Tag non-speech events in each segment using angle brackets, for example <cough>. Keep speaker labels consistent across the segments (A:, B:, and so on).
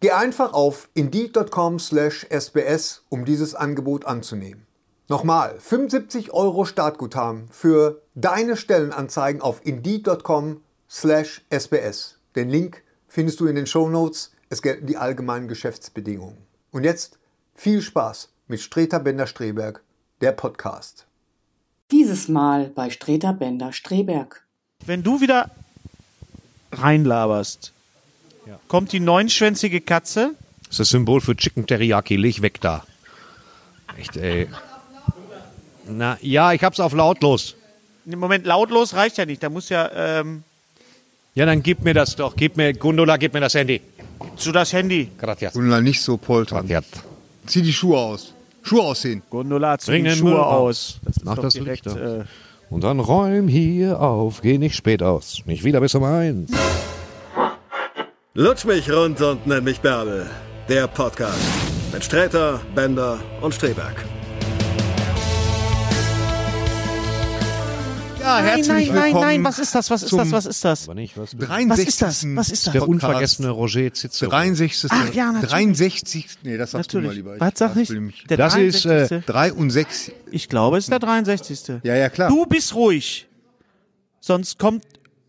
A: Geh einfach auf indeed.com/sbs, um dieses Angebot anzunehmen. Nochmal, 75 Euro Startguthaben für deine Stellenanzeigen auf indeed.com/sbs. Den Link findest du in den Shownotes. Es gelten die allgemeinen Geschäftsbedingungen. Und jetzt viel Spaß mit Streter Bender-Streberg, der Podcast.
B: Dieses Mal bei Streter Bender Streberg.
C: Wenn du wieder reinlaberst, kommt die neunschwänzige Katze.
D: Das ist das Symbol für Chicken Teriyaki, leg weg da. Echt, ey. Na, ja, ich hab's auf lautlos.
C: Im Moment lautlos reicht ja nicht. Da muss ja ähm,
D: Ja, dann gib mir das doch. Gib mir, Gundula, gib mir das Handy.
C: zu das Handy.
D: Gratias.
E: Gundula, nicht so poltern.
D: Gratias.
E: Zieh die Schuhe aus. Schuhe ausziehen.
C: Gondola zu
D: Bring
C: den
D: den
C: Schuhe
D: Müll
C: aus.
D: raus.
C: Das ist
D: Mach
C: doch
D: das
C: direkt.
D: Licht
C: äh,
D: aus. Und dann räum hier auf, geh nicht spät aus. Nicht wieder bis um eins.
F: Lutsch mich rund und nenn mich Bärbel. Der Podcast mit Sträter, Bender und Streberg.
E: Ja,
C: nein,
E: herzlich
C: nein, nein,
E: willkommen.
C: nein. Was ist das? Was ist
E: zum
C: das? Was ist das?
D: Aber nicht, was? Der
E: 63.
C: Was ist das? Was ist das?
E: Podcast.
D: unvergessene Roger Cicero.
E: 63.
C: Ach ja, natürlich.
E: 63. Nee, das sagst du mal
C: Natürlich.
E: lieber.
C: Was sag ich? Der
D: Das ist, äh,
C: 63..
E: 63.
C: ich glaube, es ist der 63.
E: Ja, ja, klar.
C: Du bist ruhig. Sonst kommt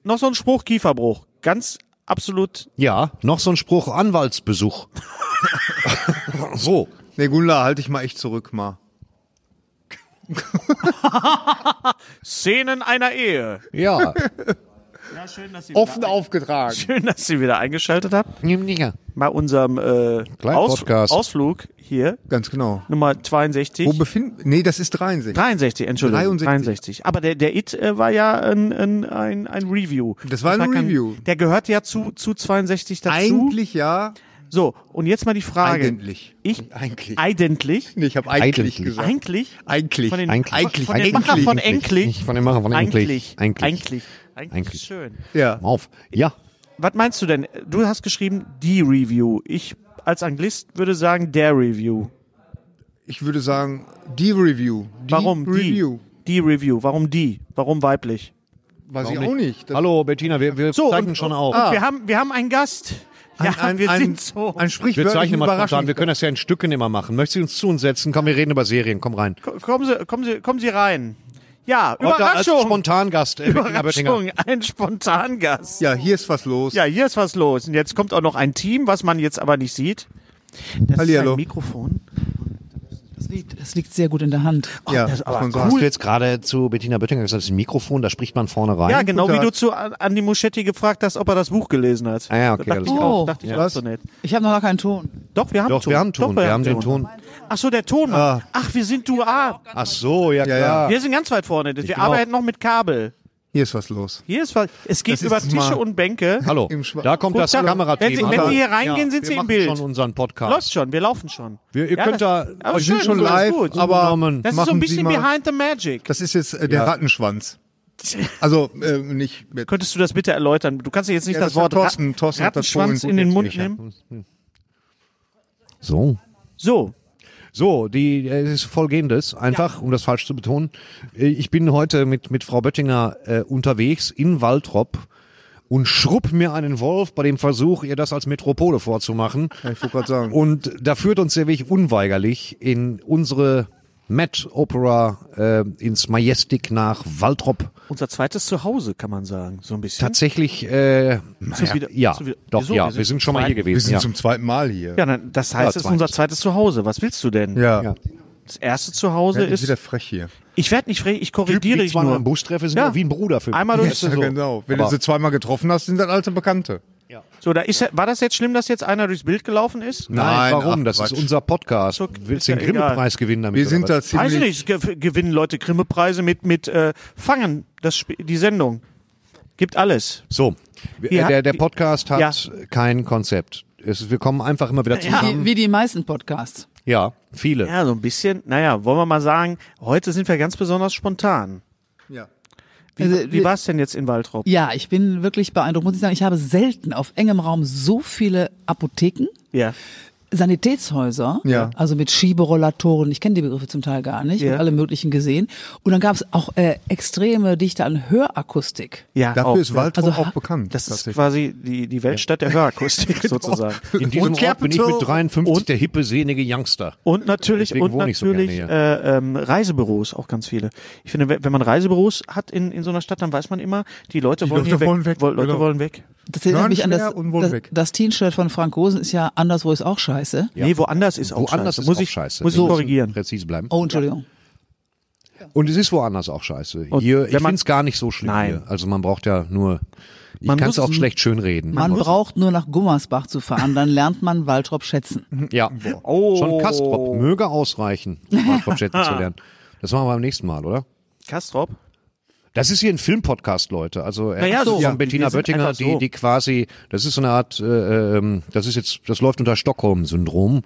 C: noch so ein Spruch Kieferbruch. Ganz absolut.
D: Ja, noch so ein Spruch, <laughs> Anwaltsbesuch. so.
E: Nee, Gundula, halt dich mal echt zurück, mal.
C: Szenen einer Ehe.
D: <laughs>
C: Ja,
D: Ja.
C: schön, dass Sie
E: Offen aufgetragen.
C: Schön, dass Sie wieder eingeschaltet habt
D: Nimm Dinger.
C: bei unserem äh,
D: Kleinen Podcast.
C: Ausflug hier,
E: Ganz genau.
C: Nummer 62.
E: Wo befinden. Nee, das ist 63.
C: 63, Entschuldigung. 63.
E: 63.
C: Aber der, der It äh, war ja ein, ein, ein, ein Review.
E: Das war ein Review.
C: der gehört ja zu, zu 62 dazu.
E: Eigentlich ja.
C: So, und jetzt mal die Frage.
E: Eigentlich.
C: Ich,
E: Eigentlich.
C: eigentlich,
E: Nee, ich habe eigentlich
D: Eigentlich.
E: gesagt.
C: eigentlich,
E: Eigentlich.
C: von den,
D: Eigentlich.
C: Von, von den
D: Eigentlich.
C: Macher von
D: Eigentlich.
C: Enklich.
D: Nicht von den Macher von Enklich.
C: Eigentlich. Eigentlich.
D: Eigentlich.
C: Eigentlich.
D: Eigentlich.
C: Schön.
E: Ja.
D: Auf. Ja.
C: Was meinst du denn? Du hast geschrieben, die Review. Ich als Anglist würde sagen, der Review.
E: Ich würde sagen, die Review. Die
C: Warum
E: Review.
C: die? Die Review. Warum die? Warum weiblich?
E: Weiß ich auch nicht. Das-
D: Hallo Bettina, wir, wir
C: So,
D: zeichnen
C: und-
D: schon auf. Ah.
C: Wir haben, wir haben einen Gast. Ja,
E: ein,
C: wir
E: ein,
C: sind so.
E: Ein
D: Wir zeichnen
E: sprichwörtlichen
D: mal spontan. Wir
E: Überraschung.
D: können das ja in Stücken immer machen. Möchtest du uns zu uns setzen? Komm, wir reden über Serien. Komm rein.
C: Ko- kommen, Sie, kommen, Sie, kommen Sie rein. Ja,
D: Heute als
C: Überraschung.
D: <laughs> Spontangast. Äh, Bettina Böttinger.
C: Überraschung, ein Spontangast.
E: Ja, hier ist was los.
C: Ja, hier ist was los. Und jetzt kommt auch noch ein Team, was man jetzt aber nicht sieht. Das ist
E: Hallihallo.
C: ein Mikrofon.
G: Das liegt, das liegt sehr gut in der Hand.
E: ja,
C: das ist aber
E: muss man sagen.
D: Hast du jetzt gerade zu Bettina Böttinger gesagt, das ist ein Mikrofon, da spricht man vorne rein?
C: Ja, genau wie
E: Tag.
C: du zu An- Andi Muschetti gefragt hast, ob er das Buch gelesen hat.
D: Ah ja, okay,
C: Da dachte
D: alles
C: ich
D: klar.
C: auch,
G: Oh.
C: dachte ich auch
E: Was?
C: so nett.
G: Ich habe noch gar keinen Ton.
C: Doch, wir haben
D: Doch,
C: Ton.
D: wir haben Ton.
C: Doch,
D: wir haben den Ton.
C: Ach so, der Ton.
E: Ah.
C: Ach, wir sind dual.
D: Ach so, ja
E: Ja,
D: klar.
C: Wir sind ganz weit vorne. Wir
D: bin auch-
C: arbeiten noch mit Kabel.
E: Hier ist was los.
C: Hier ist was. Es geht
E: Das ist
C: über
E: mal-
C: Tische und Bänke.
D: Hallo,
E: Im Schwa-
D: da kommt
C: Guten
D: das
C: Tag. Wenn Sie-
D: Kamerateam.
C: wenn
D: an.
C: Sie hier reingehen, sind
D: wir
C: Sie im
D: machen
C: Bild.
D: schon unseren
C: Läuft
D: Podcast.
C: schon, wir laufen schon.
D: Wir, ihr könnt da...
C: das, aber
E: Wir sind
C: schön,
E: schon
C: so ist
E: live,
C: gut.
E: aber
C: das ist so ein
E: machen Sie
C: bisschen
E: mal-
C: behind the magic.
E: Das ist jetzt äh, der
C: <laughs>
E: Rattenschwanz. Also äh, nicht mit.
C: Könntest du das bitte erläutern? Du kannst dir jetzt nicht
E: Ja,
C: das,
E: das
C: Wort
E: hat Thorsten-
C: Rat-
E: Thorsten hat das
C: Rattenschwanz in
E: vorhin
C: den
E: gut
C: Mund
E: jetzt
C: nehmen.
D: So.
C: So,
D: So, die, äh, es ist folgendes, einfach, um das falsch zu betonen. Äh, Ich bin heute mit, mit Frau Böttinger äh, unterwegs in Waldrop und schrupp mir einen Wolf bei dem Versuch, ihr das als Metropole vorzumachen.
E: Ja, ich wollte gerade sagen.
D: Und da führt uns der Weg unweigerlich in unsere Met Opera, äh, ins Majestic nach
E: Hm?
D: Waldrop.
C: unser zweites Zuhause, kann man sagen. So ein bisschen.
D: Tatsächlich, äh,
C: Zu wieder-
D: ja,
C: zu wieder-
D: doch,
C: Wieso?
D: ja, wir sind schon mal hier
C: zweit-
D: gewesen.
E: wir sind
D: ja.
E: zum zweiten Mal hier.
C: Ja, dann, das heißt, es ist
D: zweites.
C: unser zweites Zuhause. Was willst du denn?
E: Ja.
D: Ja.
C: das erste Zuhause
E: ist
C: ist.
E: wieder frech hier.
C: Ich werde nicht frech, ich korrigiere dich
D: zweimal
C: nur.
D: im Bus treffe, sind
C: Ja.
D: ja. wie ein Bruder für mich.
C: Einmal durch-
D: Weißt du, so.
E: genau. Wenn du
D: Aber-
E: sie zweimal getroffen hast, sind das alte Bekannte.
C: So, da ist, ja- war das jetzt schlimm, dass jetzt einer durchs Bild gelaufen ist?
D: Nein,
E: Nein,
D: warum?
E: ach,
D: das
E: Quatsch.
D: ist unser Podcast.
C: So, ist
D: Willst du
C: ja
D: den Grimme-Preis gewinnen damit?
E: Wir
D: oder
E: sind
D: was?
E: da
C: Weiß ich
E: ziemlich.
C: nicht, ge gewinnen Leute Grimme-Preise mit, mit äh, Fangen, das Sp- die Sendung. Gibt alles.
D: So, wir-
C: Ja,
D: äh, der, der
C: die-
D: Podcast hat
C: Ja.
D: kein Konzept. Es, wir kommen einfach immer wieder zusammen.
G: Wie, wie die meisten Podcasts.
D: Ja, viele.
C: Ja, so ein bisschen. Naja, wollen wir mal sagen, heute sind wir ganz besonders spontan.
E: Ja.
C: Wie,
G: Also,
C: wie
G: wir-
C: war es denn jetzt in Waldrop?
G: Ja, ich bin wirklich beeindruckt. Muss ich sagen, ich habe selten auf engem Raum so viele Apotheken,
C: Ja.
G: Sanitätshäuser,
E: Ja.
G: also mit Schieberollatoren. Ich kenne die Begriffe zum Teil gar nicht.
C: Ja.
G: Und alle möglichen gesehen. Und dann gab es auch äh, extreme Dichte an Hörakustik.
C: Ja,
E: Dafür
C: auch.
E: ist Waldrop
G: Also,
E: auch bekannt.
C: das ist
E: tatsächlich.
C: quasi die, die Weltstadt
D: <laughs>
C: der Hörakustik
D: Genau.
C: sozusagen.
D: In diesem
E: Und
D: Ort bin ich mit
E: Capital
D: 53 der hippe, sehnige Youngster.
C: Und natürlich,
D: Deswegen
C: und
D: wohne ich so gerne
C: natürlich äh, ähm, Reisebüros, auch ganz viele. Ich finde, we- wenn man Reisebüros hat in, in so einer Stadt, dann weiß man immer, die Leute, wollen,
E: Leute
C: hier weg,
E: wollen weg,
C: Woll- Leute
E: genau.
C: wollen weg.
G: Das erinnert
E: Nein,
G: mich an das,
E: schwer und wohl
G: das,
E: weg.
G: das Teen-Shirt von Frank Rosen ist ja anders, wo ist auch scheiße.
C: Nee, woanders ist auch
D: Woanders
C: scheiße.
D: ist
C: muss
D: auch
C: ich,
D: scheiße.
C: Muss ich
D: Wir müssen
C: korrigieren.
D: Präzise bleiben.
G: Oh, Entschuldigung.
D: Und es ist woanders auch scheiße. Hier, ich
C: wenn man-
D: finde es gar nicht so schlimm
C: Nein.
D: hier. Also man braucht ja nur, ich
C: Man
D: kann es
C: muss-
D: auch schlecht schönreden.
G: Man braucht nur nach Gummersbach zu fahren, dann lernt man Waltrop schätzen.
D: Ja,
C: Oh.
D: schon Kastrop möge ausreichen, um Kastrop
C: <laughs>
D: schätzen
C: Ah.
D: zu lernen. Das machen wir beim nächsten Mal, oder?
C: Kastrop?
D: Das ist hier ein Filmpodcast, Leute. Also äh,
C: Naja, so.
D: von
C: Ja, wir
D: Bettina
C: sind
D: Böttinger,
C: einfach so.
D: die, die quasi, das ist so eine Art, äh, ähm, das ist jetzt, das läuft unter Stockholm-Syndrom,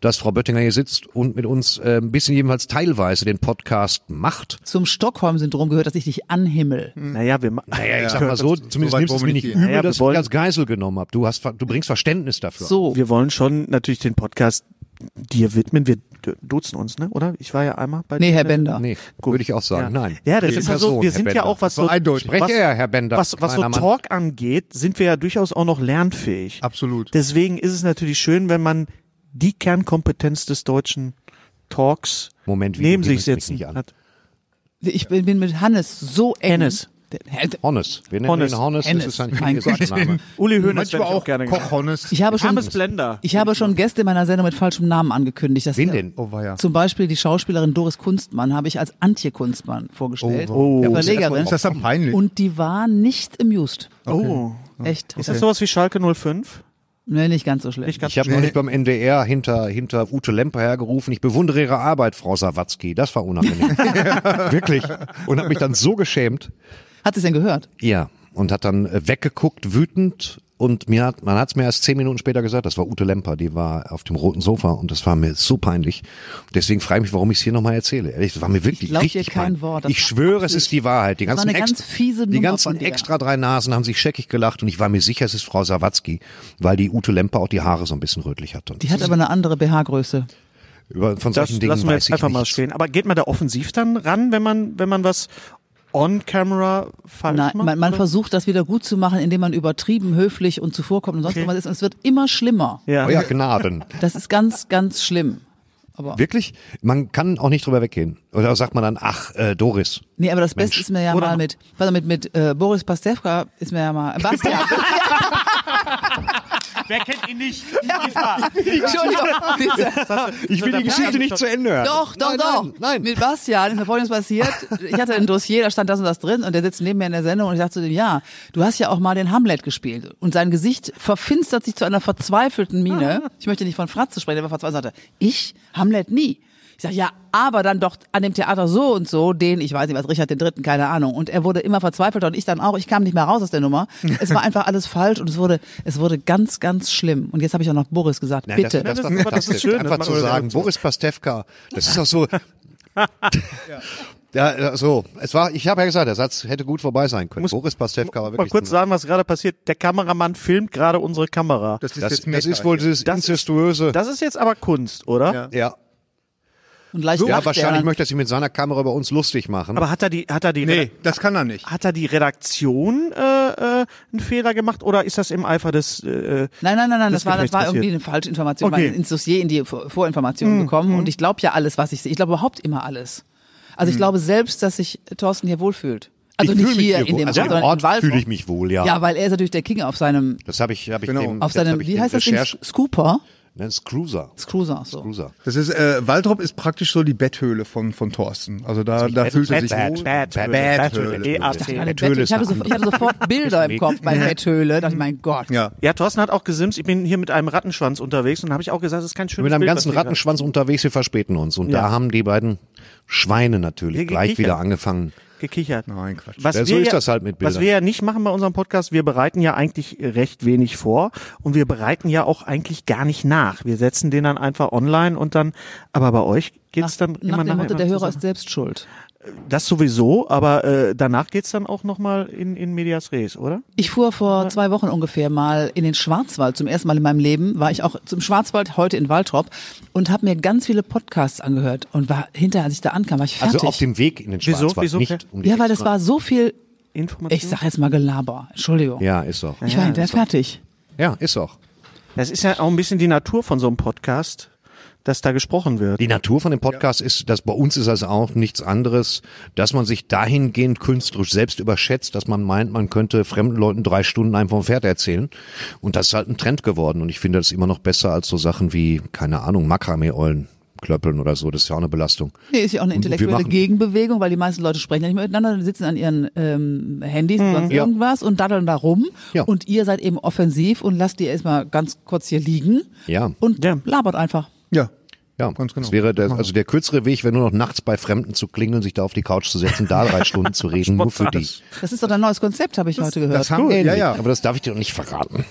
D: dass Frau Böttinger hier sitzt und mit uns äh, ein bisschen jedenfalls teilweise den Podcast macht.
G: Zum Stockholm-Syndrom gehört, dass ich dich anhimmel.
D: Hm.
C: Naja, wir ma-
D: Naja, ich sag mal so, zumindest
E: weit
D: nimmst du
E: wollen
D: es
E: wir
D: mir
E: nicht
D: nicht
E: gehen.
D: übel,
C: Naja, wir
D: dass ich
C: wollen-
D: dich als Geisel genommen habe. Du, hast, ver- du bringst Verständnis dafür.
G: So.
C: wir wollen schon natürlich den Podcast dir widmen. Wir d- duzen uns, ne? Oder? Ich war ja einmal bei
G: Nee,
C: dir.
G: Herr Bender.
D: Nee, würde ich auch sagen,
C: ja.
D: nein.
C: Ja, das
D: Die
C: ist ja so,
D: Person,
C: wir
D: Herr
C: sind ja
D: Bender.
C: auch was so,
E: eindeutig.
C: was,
D: Sprecher, Herr Bender,
C: was, was so
D: kleiner Mann.
C: Talk angeht, sind wir ja durchaus auch noch lernfähig.
E: Absolut.
C: Deswegen ist es natürlich schön, wenn man die Kernkompetenz des deutschen Talks
D: Moment, wie,
C: neben
D: du
C: sich
D: nimmst mich
C: setzen
D: nicht an.
C: hat.
G: Ich bin, bin mit Hannes so eng.
C: Hannes.
G: Der- Herr-
D: Honnes. Wir nennen
C: Honnes.
D: ihn Honnes.
G: Hennes.
D: Das ist ein
G: Mein
D: chinesischer Name.
C: Uli Hoeneß
E: Manchmal
C: wäre auch
E: auch
C: gerne genannt.
E: Kochhonnes.
G: Ich habe schon,
C: Thomas Blender.
G: ich habe schon Gäste in meiner Sendung mit falschem Namen angekündigt. Dass
D: Wen denn?
E: Oh, weia.
G: Zum Beispiel die Schauspielerin Doris Kunstmann habe ich als Antje Kunstmann vorgestellt.
D: Oh,
G: der
D: wow.
G: Verlegerin.
E: Ist das dann peinlich?
G: Und die war nicht amused.
C: Oh.
D: Ah,
G: Echt.
C: Ist das sowas wie Schalke 05?
G: Nee, nicht ganz so schlecht.
C: Nicht ganz
D: Ich habe neulich beim NDR hinter, hinter Ute Lemper hergerufen, ich bewundere ihre Arbeit, Frau Sawatzki. Das war unangenehm. Wirklich. Und habe mich dann so geschämt.
G: Hat sie es denn gehört?
D: Ja. Und hat dann äh, weggeguckt, wütend. Und mir hat, man hat es mir erst zehn Minuten später gesagt, das war Ute Lemper, die war auf dem roten Sofa und das war mir so peinlich. Deswegen frage ich mich, warum ich es hier nochmal erzähle. Ehrlich, das war mir wirklich
G: Ich glaub dir
D: richtig
G: kein
D: peinlich.
G: Wort, das
D: Ich
G: war
D: schwöre, es
G: absolut-
D: ist die Wahrheit. Die
G: Das war
D: ganzen,
G: eine ganz
D: extra,
G: fiese
D: die
G: Nummer
D: ganzen
G: von dir.
D: extra drei Nasen haben sich scheckig gelacht und ich war mir sicher, es ist Frau Sawatzki, weil die Ute Lemper auch die Haare so ein bisschen rötlich hatte. Und
G: Die hat aber eine andere BH-Größe.
D: über, von
C: Das
D: solchen Dingen
C: lassen wir
D: weiß
C: jetzt
D: ich
C: einfach mal
D: nichts.
C: stehen. Aber geht man da offensiv dann ran, wenn man, wenn man was on camera falsch
G: Nein,
C: macht?
G: man, man
C: oder?
G: versucht das wieder gut zu machen, indem man übertrieben, höflich und zuvorkommt und sonst was ist. Und es wird immer schlimmer.
C: ja.
D: Euer Oh
G: <laughs>
D: Gnaden.
G: Das ist ganz, ganz schlimm. Aber,
D: Wirklich? Man kann auch nicht drüber weggehen. Oder sagt man dann, ach, äh, Doris.
G: nee, aber das
D: Mensch.
G: Beste ist mir ja
C: Oder-
G: mal mit, warte, mit, mit äh, Boris Pastewka ist mir ja mal, Bastian,
C: Wer kennt ihn nicht?
G: <laughs>
C: <laughs>
G: Entschuldigung, Diese-
D: Ich will die Geschichte nicht zu Ende hören.
G: doch, doch,
D: Äh, nein,
G: doch,
D: Nein, nein.
G: mit Bastian ist mir folgendes passiert, ich hatte ein Dossier, da stand das und das drin und der sitzt neben mir in der Sendung und ich sagte zu dem, ja, du hast ja auch mal den Hamlet gespielt und sein Gesicht verfinstert sich zu einer
D: <laughs>
G: verzweifelten Miene, ich möchte nicht von Fratze sprechen, aber verzweifelt sagte, ich, Hamlet nie. Ich sage, ja, aber dann doch an dem Theater so und so, den, ich weiß nicht was, Richard den Dritten, keine Ahnung. Und er wurde immer verzweifelter und ich dann auch, ich kam nicht mehr raus aus der Nummer. Es war einfach alles falsch und es wurde, es wurde ganz, ganz schlimm. Und jetzt habe ich auch noch Boris gesagt,
D: Nein,
G: bitte.
D: Das, das,
C: Nein, das ist-
D: das,
C: aber das ist schön, das
D: Einfach
C: macht
D: zu
C: man-
D: sagen, Boris Pastewka, das ist doch so. ja. ja, so. Es war, ich habe ja gesagt, der Satz hätte gut vorbei sein können. Boris Pastewka war
C: Mal
D: wirklich.
C: kurz
D: ein-
C: sagen, was gerade passiert. Der Kameramann filmt gerade unsere Kamera. Das,
E: ist
D: das,
E: jetzt
D: das ist
E: Meta
D: wohl
E: hier.
D: dieses incestuöse.
C: ist jetzt aber Kunst, oder?
E: Ja.
D: Ja,
G: Und leicht
D: ja
G: lacht er
D: wahrscheinlich
G: dann.
D: möchte er sich mit seiner Kamera über uns lustig machen.
C: Aber hat er die, hat er die,
E: Nee,
C: Reda-
E: das kann er nicht.
C: hat er die Redaktion äh, äh, einen Fehler gemacht oder ist das im Eifer des? Äh, äh,
G: Nein, nein, nein, nein, das,
C: des
G: war, das
C: Gefechts
G: war
C: passiert?
G: irgendwie eine falsche Information.
C: Okay.
G: Ich meine, ins Dossier in die Vor- Vorinformation
D: Hm,
G: gekommen und ich glaube ja alles, was ich sehe. Ich glaube überhaupt immer alles. Also ich glaube selbst, dass sich Thorsten hier wohlfühlt. Also
D: Hm. ich fühl
G: nicht
D: mich
G: hier
D: wohl.
G: in dem
D: also
G: Ort,
D: im
G: sondern
D: Ort
G: in Waldorf.
D: fühle ich mich wohl, ja.
G: Ja, weil er ist natürlich der King auf seinem,
D: Das habe ich, habe ich
E: Genau.
D: dem,
G: auf
D: das
G: seinem,
D: hab ich
G: wie
D: dem
G: heißt das Ding?
D: Recherche-
G: Scooper.
D: Nein, Scruiser.
G: Cruiser, so.
D: Scruiser.
E: Das ist, äh, Waldrop ist praktisch so die Betthöhle von, von Thorsten. Also da, da fühlt er sich wohl.
G: Eine
C: Betthöhle.
G: Betthöhle.
D: Betthöhle
G: Ich, habe
D: ist eine
G: so, ich hatte
D: <laughs>
G: sofort Bilder im Kopf bei Betthöhle. Dachte ich, mein Gott.
E: Ja.
C: Ja, Thorsten hat auch gesimst. Ich bin hier mit einem Rattenschwanz unterwegs und habe ich auch gesagt, das ist kein schönes
D: Mit einem
C: Bild,
D: ganzen
C: was wir
D: Rattenschwanz unterwegs, wir verspäten uns. Und da haben die beiden Schweine natürlich
C: Wir
D: gleich
C: gekichert.
D: wieder angefangen.
C: gerade Gekichert.
E: Nein, Quatsch.
C: Was
D: Ja, so
C: wir
D: ist das halt mit
C: Was
D: Bildern.
C: wir ja nicht machen bei unserem Podcast, wir bereiten ja eigentlich recht wenig vor und wir bereiten ja auch eigentlich gar nicht nach. Wir setzen den dann einfach online und dann, aber bei euch geht's dann
G: Nach
C: immer
G: dem
C: nachher
G: Motto,
C: immer
G: der Hörer
C: zusammen.
G: ist selbst schuld.
C: Das sowieso, aber äh, danach geht's dann auch nochmal in, in Medias Res, oder?
G: Ich fuhr vor zwei Wochen ungefähr mal in den Schwarzwald. Zum ersten Mal in meinem Leben war ich auch zum Schwarzwald, heute in Waltrop und habe mir ganz viele Podcasts angehört und war hinterher, als ich da ankam, war ich fertig.
D: Also auf dem Weg in den
C: Wieso?
D: Schwarzwald,
C: Wieso?
D: nicht um die
G: ja, weil das
D: Ecke.
G: war so viel,
C: Information.
G: ich sag jetzt mal Gelaber. Entschuldigung.
D: Ja, ist doch.
G: Ich war hinterher fertig.
D: Ja, ist doch.
C: Das ist ja auch ein bisschen die Natur von so einem Podcast, dass da gesprochen wird.
D: Die Natur von dem Podcast ist, dass bei uns ist das auch nichts anderes, dass man sich dahingehend künstlerisch selbst überschätzt, dass man meint, man könnte fremden Leuten drei Stunden einem vom Pferd erzählen. Und das ist halt ein Trend geworden. Und ich finde das immer noch besser als so Sachen wie, keine Ahnung, Makramee-Eulen klöppeln oder so. Das ist ja auch eine Belastung.
G: Nee, ist ja auch eine
D: Und wir
G: intellektuelle
D: machen-
G: Gegenbewegung, weil die meisten Leute sprechen ja nicht mehr miteinander, sitzen an ihren ähm, Handys und sonst irgendwas und daddeln da rum.
D: Mhm. Ja.
G: Und ihr seid eben offensiv und lasst die erstmal ganz kurz hier liegen
D: Ja.
G: und
C: Ja.
G: labert einfach.
E: Ja.
D: Ja,
E: Ganz genau.
D: Das wäre der, also der kürzere Weg, wenn nur noch nachts bei Fremden zu klingeln, sich da auf die Couch zu setzen, da drei Stunden zu reden, nur für die.
G: Das ist doch ein neues Konzept, habe ich heute gehört.
E: Das haben wir, ja, ja.
D: Aber das darf ich dir doch nicht verraten.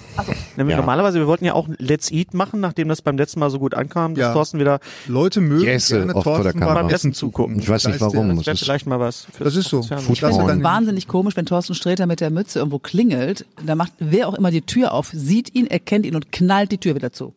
C: Nämlich
D: Ja.
C: Normalerweise, wir wollten ja auch ein Let's Eat machen, nachdem das beim letzten Mal so gut ankam, dass
E: Ja.
C: Thorsten wieder
E: Leute mögen
D: Jesse, oft vor der Kamera.
C: beim Essen zugucken.
D: Ich weiß
E: Da
D: nicht
E: ist der-
D: warum.
C: Das wäre
D: Es ist,
C: vielleicht mal was. fürs
E: Das ist so.
C: Fernsehen.
E: Fuß-
G: Ich finde
E: Frauen.
G: es wahnsinnig komisch, wenn Thorsten Sträter mit der Mütze irgendwo klingelt, da macht wer auch immer die Tür auf, sieht ihn, erkennt ihn und knallt die Tür wieder zu.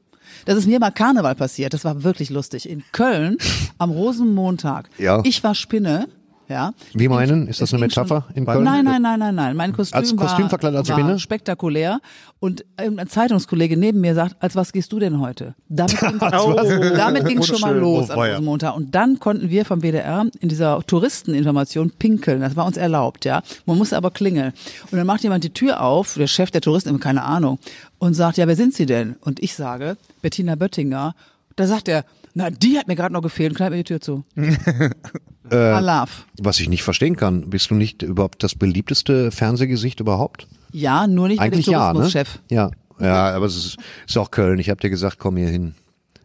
G: Das ist mir mal Karneval passiert, das war wirklich lustig. In Köln am Rosenmontag.
D: Ja.
G: Ich war Spinne, ja.
D: wie meinen? Ist das eine
G: ging schon-
D: Metapher in Köln?
G: Nein, nein, nein, nein, nein. Mein Kostüm,
D: Als Kostüm
G: war,
D: verkleidet als
G: war
D: Spinne?
G: spektakulär. Und ein Zeitungskollege neben mir sagt, als was gehst du denn heute?
D: <laughs>
G: Damit ging
C: Oh.
G: damit ging's schon mal
C: Unschön.
G: los
E: Oh,
G: am
E: weia.
G: Rosenmontag. Und dann konnten wir vom WDR in dieser Touristeninformation pinkeln. Das war uns erlaubt, ja. Man musste aber klingeln. Und dann macht jemand die Tür auf, der Chef der Touristen, keine Ahnung, und sagt, ja, wer sind Sie denn? Und ich sage, Bettina Böttinger. Da sagt er, na, die hat mir gerade noch gefehlt und knallt mir die
D: <laughs>
G: Tür zu.
D: Äh,
G: Alaf.
D: Was ich nicht verstehen kann, bist du nicht überhaupt das beliebteste Fernsehgesicht überhaupt?
G: Ja, nur nicht mit dem
D: Eigentlich ja, ne?
G: Tourismuschef.
D: Ja, ja, aber es ist, ist auch Köln. Ich habe dir gesagt, komm hier hin.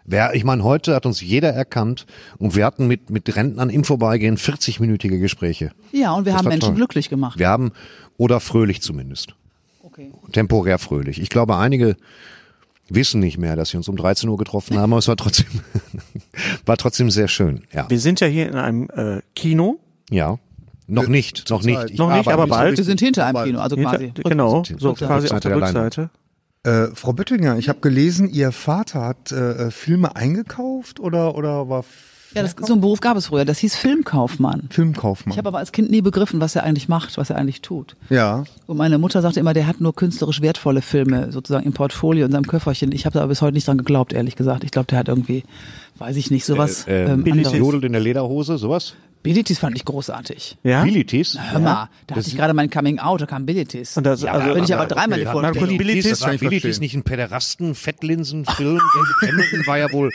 D: Wer, ich meine, heute hat uns jeder erkannt und wir hatten mit, mit Rentnern im Vorbeigehen 40-minütige Gespräche.
G: Ja, und wir haben
D: war
G: Menschen
D: toll.
G: glücklich gemacht.
D: Wir haben, oder fröhlich zumindest,
G: Okay.
D: temporär fröhlich. Ich glaube, einige wissen nicht mehr, dass wir uns um 13 Uhr getroffen haben, aber es war trotzdem, <laughs> war trotzdem sehr schön. Ja,
C: Wir sind ja hier in einem äh, Kino.
D: ja. Noch nicht, noch nicht. Ich
C: Noch nicht,
D: arbeite
C: aber
D: bis-
C: bald.
G: Wir sind hinter einem
E: Bald.
G: Kino, also
C: Hinter,
G: quasi.
C: genau, so
D: Rückseite.
C: quasi auf der
D: Rückseite der
C: Rückseite.
E: Äh, Frau Böttinger, ich habe gelesen, Ihr Vater hat äh, äh, Filme eingekauft oder, oder war
G: Ja, das, so einen Beruf gab es früher. Das hieß Filmkaufmann.
E: Filmkaufmann?
G: Ich habe aber als Kind nie begriffen, was er eigentlich macht, was er eigentlich tut.
E: ja.
G: Und meine Mutter sagte immer, der hat nur künstlerisch wertvolle Filme sozusagen im Portfolio in seinem Köfferchen. Ich habe da aber bis heute nicht dran geglaubt, ehrlich gesagt. Ich glaube, der hat irgendwie, weiß ich nicht, sowas
D: Äh,
G: ähm, anderes.
D: jodelt in der Lederhose, sowas.
G: Bilitis fand ich großartig.
C: Ja?
D: Bilitis.
G: Hör mal, da hatte ich gerade mein Coming Out, da kam Bilitis.
C: Und das- also-
G: bin ich aber dreimal die
C: Marco,
G: Vorstellung.
C: Bilitis-
D: Bilitis,
E: kann
D: war
E: ich
D: Bilitis
E: verstehen.
D: nicht ein
C: <laughs>
D: Pederasten, Fettlinsenfilm? Hamilton war ja wohl,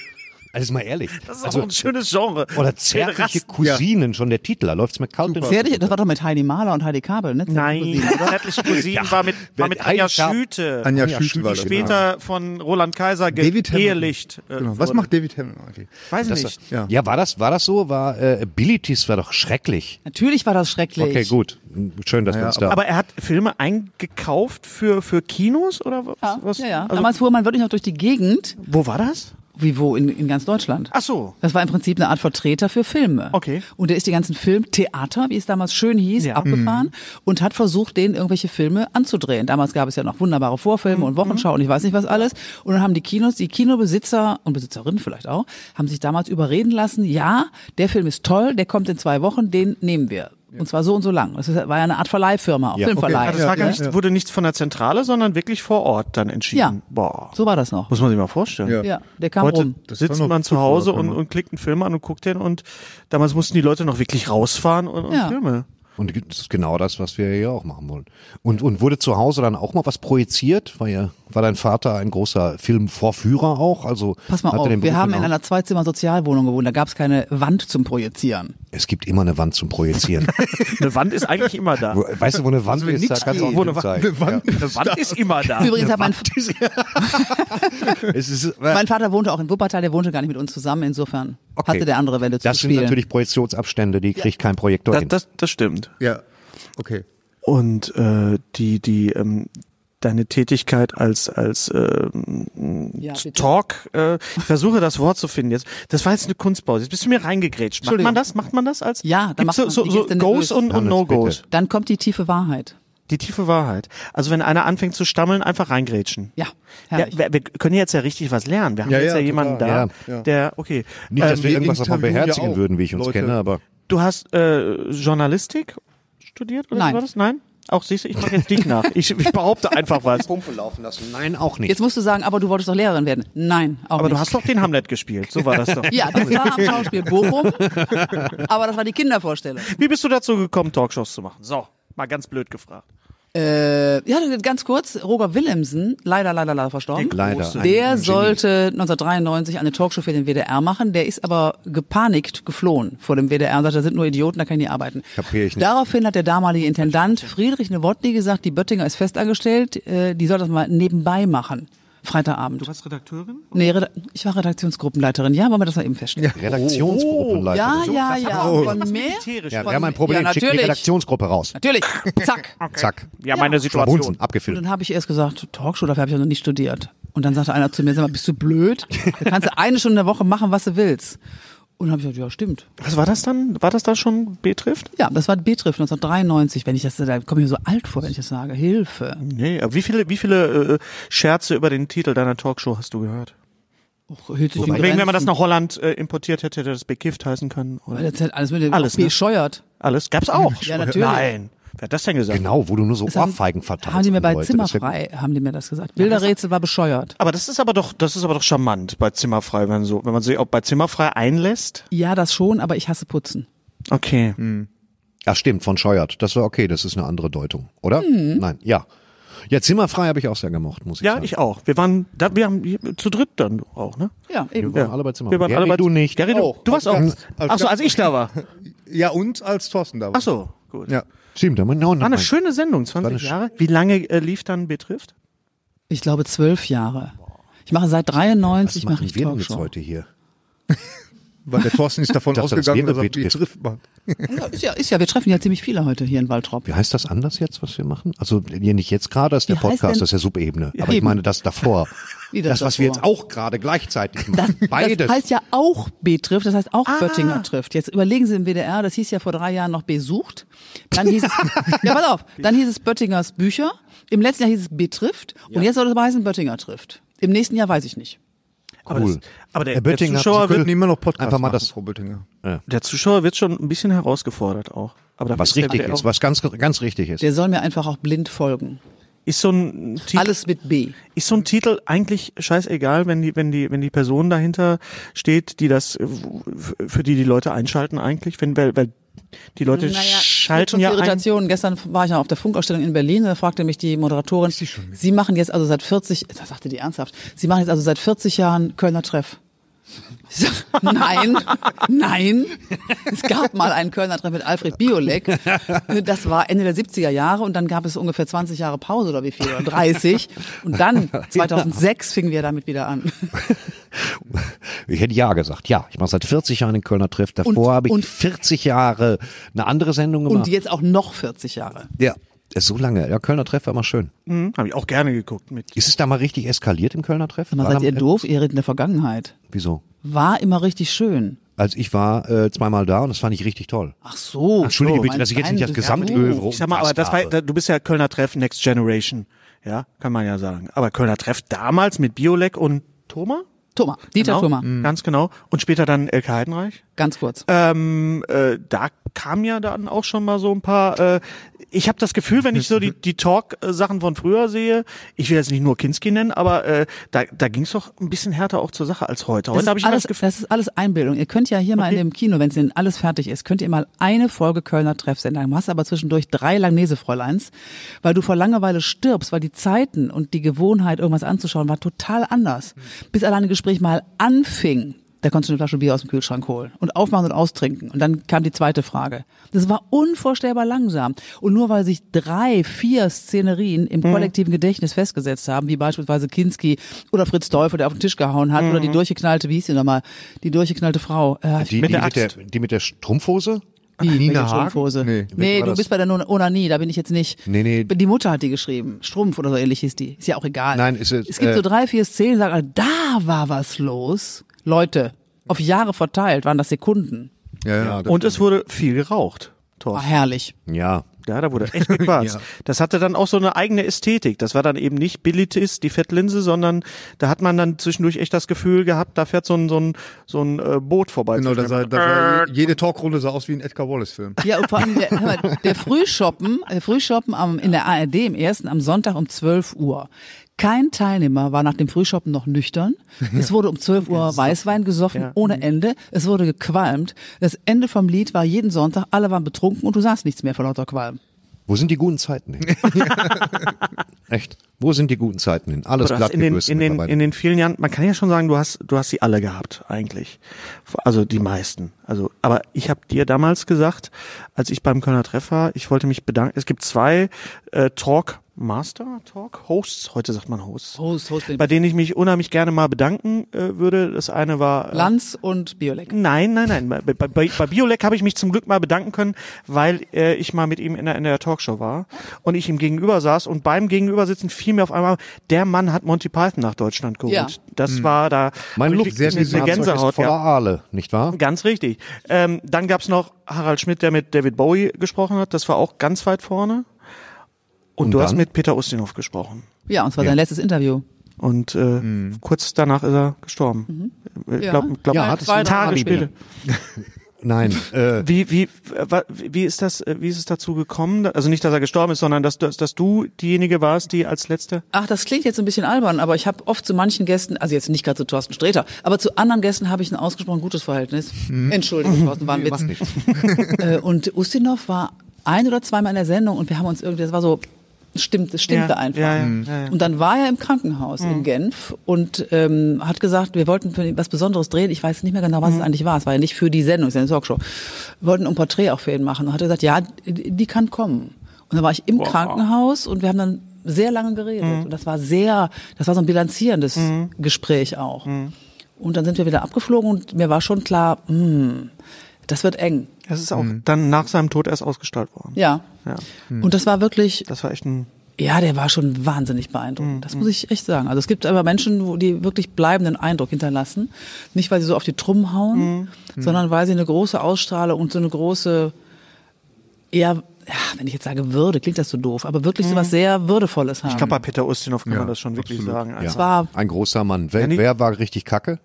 D: also mal ehrlich.
C: Das ist auch
D: Also,
C: ein schönes Genre.
D: oder zärtliche Cousinen, schon der Titel, da läuft's mir kalt den
G: Zärtlich, das war doch mit Heidi Mahler und Heidi Kabel, ne?
C: Nein, zärtliche Cousinen war mit, war mit Anja
D: Eigentlich ja.
C: Schüte.
E: Anja Schütz war das. genau.
C: Später von Roland Kaiser
E: David Hemmer.
C: geehelicht. äh,
E: Genau. Was
C: wurde.
E: macht David Hemmer eigentlich?
C: Weiß
D: Das-
C: nicht.
E: Ja.
D: Ja, war das, war das so? War äh, Bilitis war doch schrecklich.
G: Natürlich war das schrecklich.
D: Okay, gut. Schön, dass wir uns da.
C: Aber er hat Filme eingekauft für, für Kinos oder was?
G: Ja,
C: was?
G: ja, ja.
C: Also,
G: Damals fuhr man wirklich noch durch die Gegend,
C: wo war das?
G: wie wo in, in ganz Deutschland.
C: Ach so. Also,
G: Das war im Prinzip eine Art Vertreter für Filme.
C: Okay.
G: Und der ist die ganzen Filmtheater, wie es damals schön hieß,
C: Ja. Mhm.
G: abgefahren und hat versucht, denen irgendwelche Filme anzudrehen. Damals gab es ja noch wunderbare Vorfilme
C: Mhm.
G: und Wochenschau und ich weiß nicht was alles. Und dann haben die Kinos, die Kinobesitzer und Besitzerinnen vielleicht auch, haben sich damals überreden lassen, ja, der Film ist toll, der kommt in zwei Wochen, den nehmen wir. Und zwar so und so lang. Das ist- war ja eine Art Verleihfirma, auch Filmverleih.
C: Ah, das war gar nicht, wurde nichts von der Zentrale, sondern wirklich vor Ort dann entschieden.
G: Ja.
C: Boah.
G: So war das noch.
C: Muss man sich mal vorstellen.
E: Ja.
G: Ja, der kam um.
C: Heute
G: rum.
C: sitzt
E: war noch
C: man zu
E: Zufall,
C: Hause
E: kann
C: und,
E: man-
C: und klickt einen Film an und guckt den und damals mussten die Leute noch wirklich rausfahren und, und
G: Ja.
C: Filme.
D: Und das ist genau das, was wir hier auch machen wollen. Und, und wurde zu Hause dann auch mal was projiziert? War, ja, war dein Vater ein großer Filmvorführer auch? Also
G: Pass mal
D: hat er
G: auf,
D: den
G: wir
D: Beruf
G: haben in
D: genau-
G: einer Zweizimmer-Sozialwohnung gewohnt, da gab es keine Wand zum Projizieren.
D: Es gibt immer eine Wand zum
G: <laughs>
D: Projizieren.
C: Eine Wand ist eigentlich immer
E: <laughs>
C: da.
D: Wo- weißt du, wo eine Wand
E: will
D: ist, da
E: Also nix
D: kannst du auch
E: sehen.
D: Film
E: Wand-
D: zeigen.
E: eine Wand
C: Eine Wand ist immer
D: Ah,
C: da.
G: Übrigens hat mein,
D: Ja. Es ist,
G: <laughs>
D: äh,
G: mein Vater wohnte auch in Wuppertal, der wohnte gar nicht mit uns zusammen, insofern
D: Okay.
G: hatte der andere Wände zu
D: das sind
G: spielen.
D: natürlich Projektionsabstände, die kriegt kein Projektor
C: Das,
D: hin.
C: das, das stimmt.
E: Ja. Okay.
C: Und äh, die, die, ähm, deine Tätigkeit als, als ähm,
G: Ja, bitte.
C: Talk, äh, ich versuche das Wort zu finden jetzt. Das war jetzt eine Kunstpause. Jetzt bist du mir reingegrätscht. Macht man
G: Entschuldigung.
C: das? Macht man das als?
G: Ja, dann
C: Gibt's
G: macht man-
C: so,
G: wie
C: so,
G: geht's denn
C: Goes
G: denn
C: und, und
D: Hannes, bitte.
C: No-Goes.
G: Dann kommt die tiefe Wahrheit.
C: Die tiefe Wahrheit. Also wenn einer anfängt zu stammeln, einfach reingrätschen.
G: Ja,
C: Ja,
G: herrlich.
C: wir, wir können jetzt ja richtig was lernen. Wir haben
E: Ja,
C: jetzt ja,
E: ja,
C: jemanden
E: total.
C: da,
E: Ja, ja.
C: der, okay. Äh,
D: Nicht, dass
E: Ähm,
D: wir
E: wir
D: irgendwas davon
E: interviewen ja
D: beherzigen
E: auch
D: würden, wie ich uns
E: Leute.
D: kenne, aber
C: Du hast äh, Journalistik studiert oder
G: Nein.
C: wie war das? Nein? Auch siehst du, ich mache jetzt dich nach. Ich, ich behaupte einfach was.
D: Pumpe laufen lassen. Nein, auch nicht.
G: Jetzt musst du sagen, aber du wolltest doch Lehrerin werden. Nein, auch
C: Aber
G: nicht.
C: du hast doch den Hamlet gespielt. So war das doch.
G: ja, das war am
D: <laughs>
G: Schauspiel Bochum, aber das war die Kindervorstellung.
C: Wie bist du dazu gekommen, Talkshows zu machen? So, mal ganz blöd gefragt.
G: Äh, ja, ganz kurz, Roger Willemsen, leider, leider, leider verstorben.
D: Leider. ein-
G: Der
D: ein Genie.
G: sollte 1993 eine Talkshow für den WDR machen. Der ist aber gepanikt geflohen vor dem WDR und sagte, da sind nur Idioten, da kann ich nicht arbeiten.
D: Kapier ich nicht.
G: Daraufhin hat der damalige Intendant Friedrich Nowotny gesagt, die Böttinger ist festangestellt, äh, die soll das mal nebenbei machen. Freitagabend.
C: warst Redakteurin?
G: Nee, Reda- ich war Redaktionsgruppenleiterin. Ja, wollen wir das mal eben feststellen?
D: Redaktionsgruppenleiter.
G: Ja, ja, ja.
C: Oh.
G: Von mehr?
C: Militärisch.
D: Ja,
C: Ja,
D: wir haben ein Problem.
G: Ja,
D: Schick die
G: natürlich.
D: Redaktionsgruppe raus.
G: Natürlich. Zack.
D: Zack.
C: meine
D: Bunsen,
C: Situation.
G: Und
D: abgefüllt.
G: dann habe ich erst gesagt, Talkshow, dafür habe ich ja noch nicht studiert. Und dann sagte einer zu mir, sag mal, bist du blöd? Da kannst du eine Stunde in der Woche machen, was du willst. Und dann habe ich gesagt, ja, stimmt.
C: Was war das dann? War das da schon Betrifft?
G: Ja, das war B-Triff 1993, wenn ich das, da komme ich mir so alt vor, wenn ich das sage. Hilfe.
C: Nee, aber wie viele, wie viele äh, Scherze über den Titel deiner Talkshow hast du gehört?
G: Och, hielt sich in
C: Wegen, wenn man das
G: Grenzen.
C: nach Holland äh, importiert hätte, hätte das bekifft heißen können.
G: Weil
C: Oder?
G: das halt alles mit dem
C: Alles,
G: alles,
C: ne?
G: bescheuert.
C: Alles gab's auch.
G: Ja, natürlich.
C: Nein. Wer hat das denn gesagt?
D: Genau, wo du nur so
G: haben-
D: Ohrfeigen verteilst.
G: Haben die mir
D: an
G: bei
D: Leute. Das wär-
G: Zimmerfrei, haben die mir das gesagt. Bilderrätsel war bescheuert.
C: Aber das ist aber doch, das ist aber doch charmant bei Zimmerfrei, wenn so, wenn man sich auch bei Zimmerfrei einlässt. Hm.
G: Ja, das schon, aber ich hasse Putzen.
C: Okay.
D: Ach stimmt, von Scheuert. Das war okay, das ist eine andere Deutung, oder?
G: Hm.
D: Nein, ja. Ja, Zimmerfrei habe ich auch sehr gemocht, muss ich
C: Ja,
D: sagen.
C: ich auch. Wir waren, da, wir haben zu dritt dann auch, ne?
G: Ja, eben.
D: Wir waren
C: Ja.
D: alle bei Zimmerfrei.
C: Wir waren alle
D: Gary,
C: bei
D: du nicht.
C: Gary, du,
E: Auch.
C: du warst auch.
E: Als- als-
C: Ach so, als ich da war.
E: Ja, und als Thorsten da war.
C: Ach so, gut.
E: Ja.
D: Stimmt, da haben wir noch
C: War eine
D: einen.
C: schöne Sendung,
D: eine
C: 20
D: sch-
C: Jahre. Wie lange äh, lief dann Betrifft?
G: Ich glaube zwölf Jahre. Ich mache seit 93
D: Was
G: mache
D: machen
G: ich
D: wir denn jetzt
G: Talkshow.
D: heute hier?
E: Weil der Thorsten ist davon
D: Ich dachte, <laughs> das
E: ausgegangen,
D: wäre
E: dass er die
D: Betriff.
E: trifft man.
G: Ja, ist ja, ist ja, wir treffen ja ziemlich viele heute hier in Waltrop.
D: Wie heißt das anders jetzt, was wir machen? Also hier nicht jetzt gerade, das ist der
G: Wie heißt
D: Podcast,
G: denn-
D: das ist ja Subebene. Aber ich
G: eben.
D: meine das davor.
G: <laughs> Wie das
D: was wir
G: davor?
D: jetzt auch gerade
G: <laughs>
D: gleichzeitig
G: Das,
D: machen. Beides.
G: das heißt ja auch B trifft, das heißt auch Böttinger trifft. Jetzt überlegen Sie im WDR, das hieß ja vor drei Jahren noch besucht. Dann hieß es, ja, pass auf, dann hieß es Böttingers Bücher. Im letzten Jahr hieß es B trifft. Und jetzt soll es aber heißen Böttinger trifft. Im nächsten Jahr weiß ich nicht.
C: Aber, das,
D: Cool.
C: aber der,
D: Herr
C: der,
D: Böttinger, Sie
C: Zuschauer
D: können
C: wird,
E: Könnten immer noch Podcast
D: Einfach mal
E: machen,
D: Ah, das-
E: Frau Böttinger.
C: der Zuschauer wird schon ein bisschen herausgefordert auch. Aber da
D: was
C: ist der
D: richtig
C: WDR
D: ist, was ganz, ganz richtig ist.
G: <laughs> Der soll mir einfach auch blind folgen.
C: Ist so ein Titel,
G: Alles mit B.
C: ist so ein Titel eigentlich scheißegal, wenn die, wenn die, wenn die Person dahinter steht, die das, äh, f- für die die Leute einschalten eigentlich, wenn, weil, weil die Leute
G: führt
C: schalten
G: schon
C: ja
G: zu
C: ein.
G: Irritationen. Gestern war ich ja auf der Funkausstellung in Berlin, da fragte mich die Moderatorin, Sie, machen jetzt also seit 40, das sagte die ernsthaft, Sie machen jetzt also seit 40 Jahren Kölner Treff. Ich sag, Nein, nein. Es gab mal einen Kölner Treff mit Alfred Biolek. Das war Ende der 70er Jahre und dann gab es ungefähr 20 Jahre Pause oder wie viel, oder 30.
C: <laughs>
G: Und dann, 2006, fingen wir damit wieder an.
D: Ich hätte ja gesagt. Ja, ich mache seit 40 Jahren den Kölner Treff. Davor
G: Und-
D: habe ich
G: und-
D: 40 Jahre eine andere Sendung
G: Und
D: gemacht.
G: jetzt auch noch 40 Jahre.
D: ja, ist so lange. Der Kölner Treff war immer schön.
C: Hm, Habe ich auch gerne geguckt mit.
D: Ist es da mal richtig eskaliert im Kölner Treff?
G: Mal
D: War
G: seid
D: da-
G: ihr doof, ihr redet in der Vergangenheit.
D: Wieso?
G: War immer richtig schön.
D: Also ich war äh, zweimal da und das fand ich richtig toll.
G: Ach so.
D: Entschuldige bitte,
G: meinst Oh,
D: dass ich jetzt
G: dein
D: nicht das
G: Besuch-
D: Gesamtöl
C: Ich sag mal, aber das war,
D: habe.
C: du bist ja Kölner Treff Next Generation. Ja, kann man ja sagen. Aber Kölner Treff damals mit Biolek und Thoma?
G: Thomas, Dieter
C: genau,
G: Thomas.
C: Ganz genau. Und später dann Elke Heidenreich.
G: Ganz kurz.
C: ähm, äh, da kam ja dann auch schon mal so ein paar. Äh, ich habe das Gefühl, wenn ich so die, die Talk-Sachen von früher sehe, ich will jetzt nicht nur Kinski nennen, aber äh, da, da ging es doch ein bisschen härter auch zur Sache als heute. Heute
G: Das
C: habe
G: ist,
C: ich immer
G: alles,
C: das
G: das,
C: Gefühl.
G: ist alles Einbildung. Ihr könnt ja hier mal in dem Kino, wenn es denn alles fertig ist, könnt ihr mal eine Folge Kölner Treff senden. Du hast aber zwischendurch drei Langnese-Fräuleins, weil du vor Langeweile stirbst, weil die Zeiten und die Gewohnheit, irgendwas anzuschauen, war total anders.
D: Mhm.
G: Bis alleine Gespräch mal anfing. Da konntest du eine Flasche Bier aus dem Kühlschrank holen und aufmachen und austrinken. Und dann kam die zweite Frage. Das war unvorstellbar langsam. Und nur weil sich drei, vier Szenerien im
D: Hm.
G: kollektiven Gedächtnis festgesetzt haben, wie beispielsweise Kinski oder Fritz Teufel, der auf den Tisch gehauen hat, oder
D: Hm.
G: die durchgeknallte, wie hieß sie nochmal, die durchgeknallte Frau. Äh,
D: Die
C: Mit
D: mit, die,
C: der
D: der mit der,
C: Axt.
D: die mit der Strumpfhose?
G: die,
E: Nina
G: welche
E: Hagen?
G: Strumpfhose. Nee,
E: Nee.
D: Wer war
G: du
D: das?
G: bist bei der Non- Onanie, da bin ich jetzt nicht.
D: Nee, nee.
G: Die Mutter hat die geschrieben. Strumpf oder so ähnlich hieß die. Ist ja auch egal.
D: Nein, ist es,
G: es gibt so
D: äh,
G: drei, vier Szenen, sagen, da war was los. Leute, auf Jahre verteilt waren das Sekunden.
E: Ja, ja.
C: Und es wurde viel geraucht.
G: War
C: Thorsten.
G: herrlich.
D: Ja.
C: Ja, da wurde echt gequarzt. Das hatte dann auch so eine eigene Ästhetik. Das war dann eben nicht Billitis, die Fettlinse, sondern da hat man dann zwischendurch echt das Gefühl gehabt, da fährt so ein, so ein, so ein äh, Boot vorbei.
E: Genau,
C: Zum
E: da sah, da sah, jede Talkrunde sah aus wie ein Edgar Wallace-Film.
G: Ja, und vor allem der, hör mal, der Frühschoppen, der Frühschoppen am, in der ARD im ersten am Sonntag um 12 Uhr. Kein Teilnehmer war nach dem Frühschoppen noch nüchtern. Es wurde um
C: <laughs>
G: 12 Uhr Weißwein gesoffen
C: Ja.
G: ohne Ende. Es wurde gequalmt. Das Ende vom Lied war jeden Sonntag, alle waren betrunken und du sahst nichts mehr vor lauter Qualm.
D: Wo sind die guten Zeiten hin? Echt? Wo sind die guten Zeiten hin? Alles
C: Du hast
D: glatt
C: in den,
D: gebürstet
C: in, den,
D: mittlerweile.
C: in den vielen Jahren, man kann ja schon sagen, du hast, du hast sie alle gehabt, eigentlich. Also die meisten. Also, aber ich habe dir damals gesagt, als ich beim Kölner Treff war, ich wollte mich bedanken. Es gibt zwei äh, Talk Master, Talk Hosts, heute sagt man Hosts,
G: Host, Host,
C: bei denen ich mich unheimlich gerne mal bedanken äh, würde. Das eine war äh,
G: Lanz und Biolek.
C: Nein, nein, nein. Bei, bei, bei bei Biolek habe ich mich zum Glück mal bedanken können, weil äh, ich mal mit ihm in der, in der Talkshow war und ich ihm gegenüber saß und beim Gegenübersitzen fiel mir auf einmal, der Mann hat Monty Python nach Deutschland geholt.
G: Ja.
C: Das war da
D: Hm. Mein
C: hab ich
D: Luft, sehr
C: wirklich
D: viel
C: eine Gänsehaut.
D: voller
C: Ja.
D: Aale, nicht wahr?
C: Ganz richtig. Ähm, dann gab's noch Harald Schmidt, der mit David Bowie gesprochen hat. Das war auch ganz weit vorne. Und, du hast
D: dann?
C: mit Peter Ustinov gesprochen.
G: Ja, und es war sein letztes Interview.
C: Und äh, kurz danach ist er gestorben. Ich glaub,
G: Ja.
C: glaub,
D: Hm. Ja, hat es
C: Mhm. zwei
D: in der
C: Tage
D: Abi
C: später.
D: Nein. Äh,
C: Wie, wie, äh, wa- wie ist das, äh, wie ist es dazu gekommen? Also nicht, dass er gestorben ist, sondern dass, dass, dass du diejenige warst, die als letzte.
G: Ach, das klingt jetzt ein bisschen albern, aber ich habe oft zu manchen Gästen, also jetzt nicht gerade zu Thorsten Sträter, aber zu anderen Gästen habe ich ein ausgesprochen gutes Verhältnis.
C: Mhm.
G: Entschuldigung, Thorsten, war ein Witz. <laughs> Äh, Und Ustinov war ein oder zweimal in der Sendung und wir haben uns irgendwie, das war so, stimmt, das stimmte
C: Ja,
G: einfach.
C: ja, ja, Mhm. ja, ja. Mhm.
G: Und dann war er im Krankenhaus in Genf und ähm, hat gesagt, wir wollten für ihn was Besonderes drehen. Ich weiß nicht mehr genau, was
C: Mhm.
G: es eigentlich war. Es war ja nicht für die Sendung, es ist ja eine Talkshow. Wir wollten ein Porträt auch für ihn machen. Und hat er gesagt, ja, die die kann kommen. Und dann war ich im Krankenhaus und wir haben dann sehr lange geredet.
C: Mhm.
G: Und das war sehr, das war so ein bilanzierendes Gespräch auch.
C: Mhm.
G: Und dann sind wir wieder abgeflogen und mir war schon klar, hm, das wird eng.
C: Es ist auch
D: Mhm.
C: dann nach seinem Tod erst ausgestrahlt worden.
G: Ja. Hm.
C: Ja.
G: Und das war wirklich,
C: Das war echt ein.
G: ja, der war schon wahnsinnig beeindruckend.
C: Hm.
G: Das muss ich echt sagen. Also es gibt aber Menschen, wo die wirklich bleibenden Eindruck hinterlassen. Nicht, weil sie so auf die Trumm
C: Hm.
G: hauen, sondern weil sie eine große Ausstrahlung und so eine große, ja, ja, wenn ich jetzt sage Würde, klingt das so doof, aber wirklich so was sehr Würdevolles haben.
C: Hm. Ich glaube, bei Peter Ustinov kann
E: Ja,
C: man das schon wirklich
E: absolut.
C: sagen.
D: ja.
C: Also,
G: war-
D: Ein großer Mann. Wer,
C: Ja, nee.
D: wer war richtig kacke?